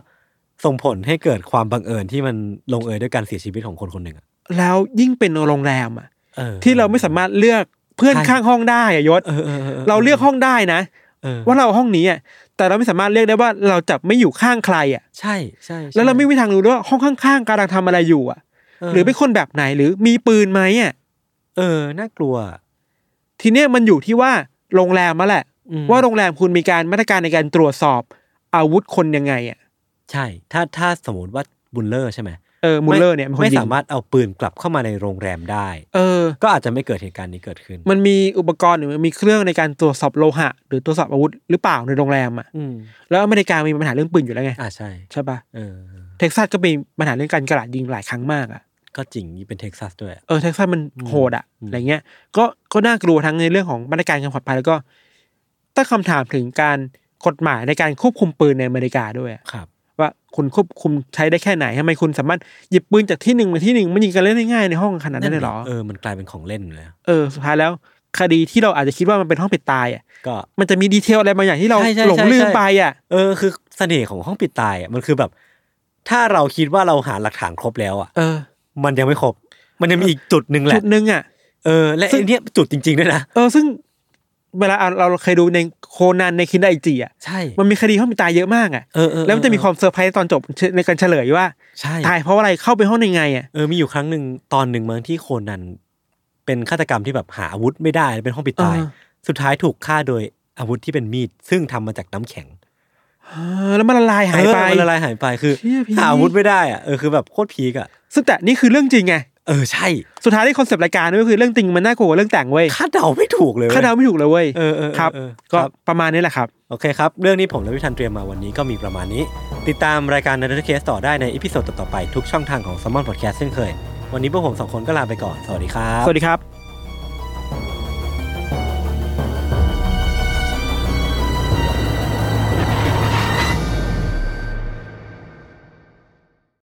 [SPEAKER 2] ส่งผลให้เกิดความบังเอิญที่มันลงเอยด้วยการเสียชีวิตของคนคนหนึ่งอะ
[SPEAKER 3] แล้วยิ่งเป็นโรงแรมอ่ะ
[SPEAKER 2] ออ
[SPEAKER 3] ที่เราไม่สามารถเลือกเพื่อน
[SPEAKER 2] ใช่
[SPEAKER 3] ข้างห้องได้อะยศ
[SPEAKER 2] เออเอออ
[SPEAKER 3] เราเลือกห้องได้นะ
[SPEAKER 2] เออ
[SPEAKER 3] ว่าเราห้องนี้อ่ะแต่เราไม่สามารถเลือกได้ว่าเราจะไม่อยู่ข้างใครอ่ะ
[SPEAKER 2] ใช่ใช่ใช่
[SPEAKER 3] แล้วเราไม่มีทางรู้ด้วยว่าห้องข้างๆกำลังทำอะไรอยู่อ่ะ หรือเป็นคนแบบไหนหรือมีปืนไหมอ่ะ
[SPEAKER 2] เออน่ากลัว
[SPEAKER 3] ทีเนี้ยมันอยู่ที่ว่าโรงแรมมาแหละ
[SPEAKER 2] อืม
[SPEAKER 3] ว่าโรงแรมคุณมีการมาตรการในการตรวจสอบอาวุธคนยังไงอ่ะ
[SPEAKER 2] ใช่ ถ้าถ้าสมมติว่าบุลเลอร์ใช่ไหม
[SPEAKER 3] เออมูลเลอร์เนี่ยเป็นคน
[SPEAKER 2] ไม่
[SPEAKER 3] ยิง
[SPEAKER 2] สามารถเอาปืนกลับเข้ามาในโรงแรมได้
[SPEAKER 3] เออ
[SPEAKER 2] ก็อาจจะไม่เกิดเหตุการณ์นี้เกิดขึ้น
[SPEAKER 3] มันมีอุปกรณ์หรือมันมีเครื่องในการตรวจสอบโลหะ หรือตรวจสอบอาวุธหรือเปล่าในโรงแรมอ่ะ
[SPEAKER 2] อืม
[SPEAKER 3] แล้วอเมริกามีปัญหาเรื่องปืนอยู่แล้วไง
[SPEAKER 2] อ่าใช่
[SPEAKER 3] ใช่ปะ
[SPEAKER 2] เออ
[SPEAKER 3] เท็กซัสก็มีปัญหาเรื่องการกระดาษยิงหลายครั้งมากอ่ะ
[SPEAKER 2] ก็จริงนี่เป็นเท็กซัสด้วย
[SPEAKER 3] เออเท็กซัสมัน
[SPEAKER 2] อืม
[SPEAKER 3] โหดอ่ะ
[SPEAKER 2] อืม
[SPEAKER 3] อะไรเงี้ยก็ก็น่ากลัวทั้งในเรื่องของมาตรการการปลอดภัยแล้วก็ตั้งคำถามถึงการกฎหมายในการควบคุมปืนในอเมริกาด้วยอะ
[SPEAKER 2] ครับ
[SPEAKER 3] ว่าคุณควบคุมใช้ได้แค่ไหนทำไมคุณสามารถหยิบปืนจากที่หนึ่งมาที่หนึ่งมันยิงกันเล่นได้ง่ายในห้องขนาดนั้นเลยเหรอ
[SPEAKER 2] เออ มันกลายเป็นของเล่นเลย
[SPEAKER 3] เออสุดท้ายแล้ว คดีที่เราอาจจะคิดว่ามันเป็นห้องปิดตายอ่ะ
[SPEAKER 2] ก็
[SPEAKER 3] มันจะมีดีเทลอะไรบางอย่างที่เรา
[SPEAKER 2] ใช่ใช่
[SPEAKER 3] หลง
[SPEAKER 2] ใช่
[SPEAKER 3] ลืม
[SPEAKER 2] ใช่
[SPEAKER 3] ไปอ่ะ
[SPEAKER 2] เออ คือเสน่ห์ของห้องปิดตายอ่ะ มันคือแบบ ถ้าเราคิดว่าเราหาหลักฐานครบแล้วอ่ะ
[SPEAKER 3] เออ
[SPEAKER 2] มันยังไม่ครบ มันยังมีอีกจุดหนึ่งแห
[SPEAKER 3] จุ
[SPEAKER 2] ละ
[SPEAKER 3] ดหนึ่งอ่ะ
[SPEAKER 2] เออ และ
[SPEAKER 3] ซึ่ง
[SPEAKER 2] ไอ้เนี้ยจุดจริงๆด้วยนะ
[SPEAKER 3] เออซึ่งเวลาเราเคยดูในโคนันในคินไดจิอ่ะ
[SPEAKER 2] ใช่
[SPEAKER 3] มันมีคดีห้องมีตายเยอะมากอ่ะ
[SPEAKER 2] เออเออ
[SPEAKER 3] แล้วมันจะมีความเซอร์ไพรส์ตอนจบในการเฉลยว่า
[SPEAKER 2] ใช่
[SPEAKER 3] ตายเพราะอะไรเข้าไปห้องยังไงอ่ะ
[SPEAKER 2] เออ มีอยู่ครั้งหนึ่งตอนหนึ่งมั้งที่โคนันเป็นฆาตกรรมที่แบบหาอาวุธไม่ได้ เป็นห้องปิดตาย
[SPEAKER 3] เออ
[SPEAKER 2] สุดท้ายถูกฆ่าโดยอาวุธที่เป็นมีด ซึ่งทำมาจากน้ำแข็ง
[SPEAKER 3] เออแล้วมันละลายหาย
[SPEAKER 2] เอ
[SPEAKER 3] ไป
[SPEAKER 2] อมันละลายหายไปคือ
[SPEAKER 3] เชี่ยพี่
[SPEAKER 2] หาอาวุธไม่ได้อ่ะเออคือแบบโคตรพีกอ่ะ
[SPEAKER 3] ซึ่งแต่นี่คือเรื่องจริงไง
[SPEAKER 2] เออใช่
[SPEAKER 3] สุดท้ายที่คอนเซปต์รายการนี่ก็คือเรื่องจริงมันน่ากลัวกว่าเรื่องแต่งเว้ย
[SPEAKER 2] คาดเดาไม่ถูกเลยว้ย
[SPEAKER 3] คาดเดาไม่ถูกเลย (laughs) เว้ย
[SPEAKER 2] เออเออ
[SPEAKER 3] ครับ
[SPEAKER 2] เออเออ
[SPEAKER 3] ก็
[SPEAKER 2] ครับ
[SPEAKER 3] ประมาณนี้แหละครับ
[SPEAKER 2] โอเคครับ เรื่องนี้ผมและพิธันเตรียมมาวันนี้ก็มีประมาณนี้ ติดตามรายการนันทเคสต่อได้ในอีพิโซดต่อๆไปทุกช่องทางของ s ซ m มอนพอดแคสต์เช่นเคย วันนี้พวกผมสองคนก็ลาไปก่อน สวัสดีครับ
[SPEAKER 3] สวัสดีครับ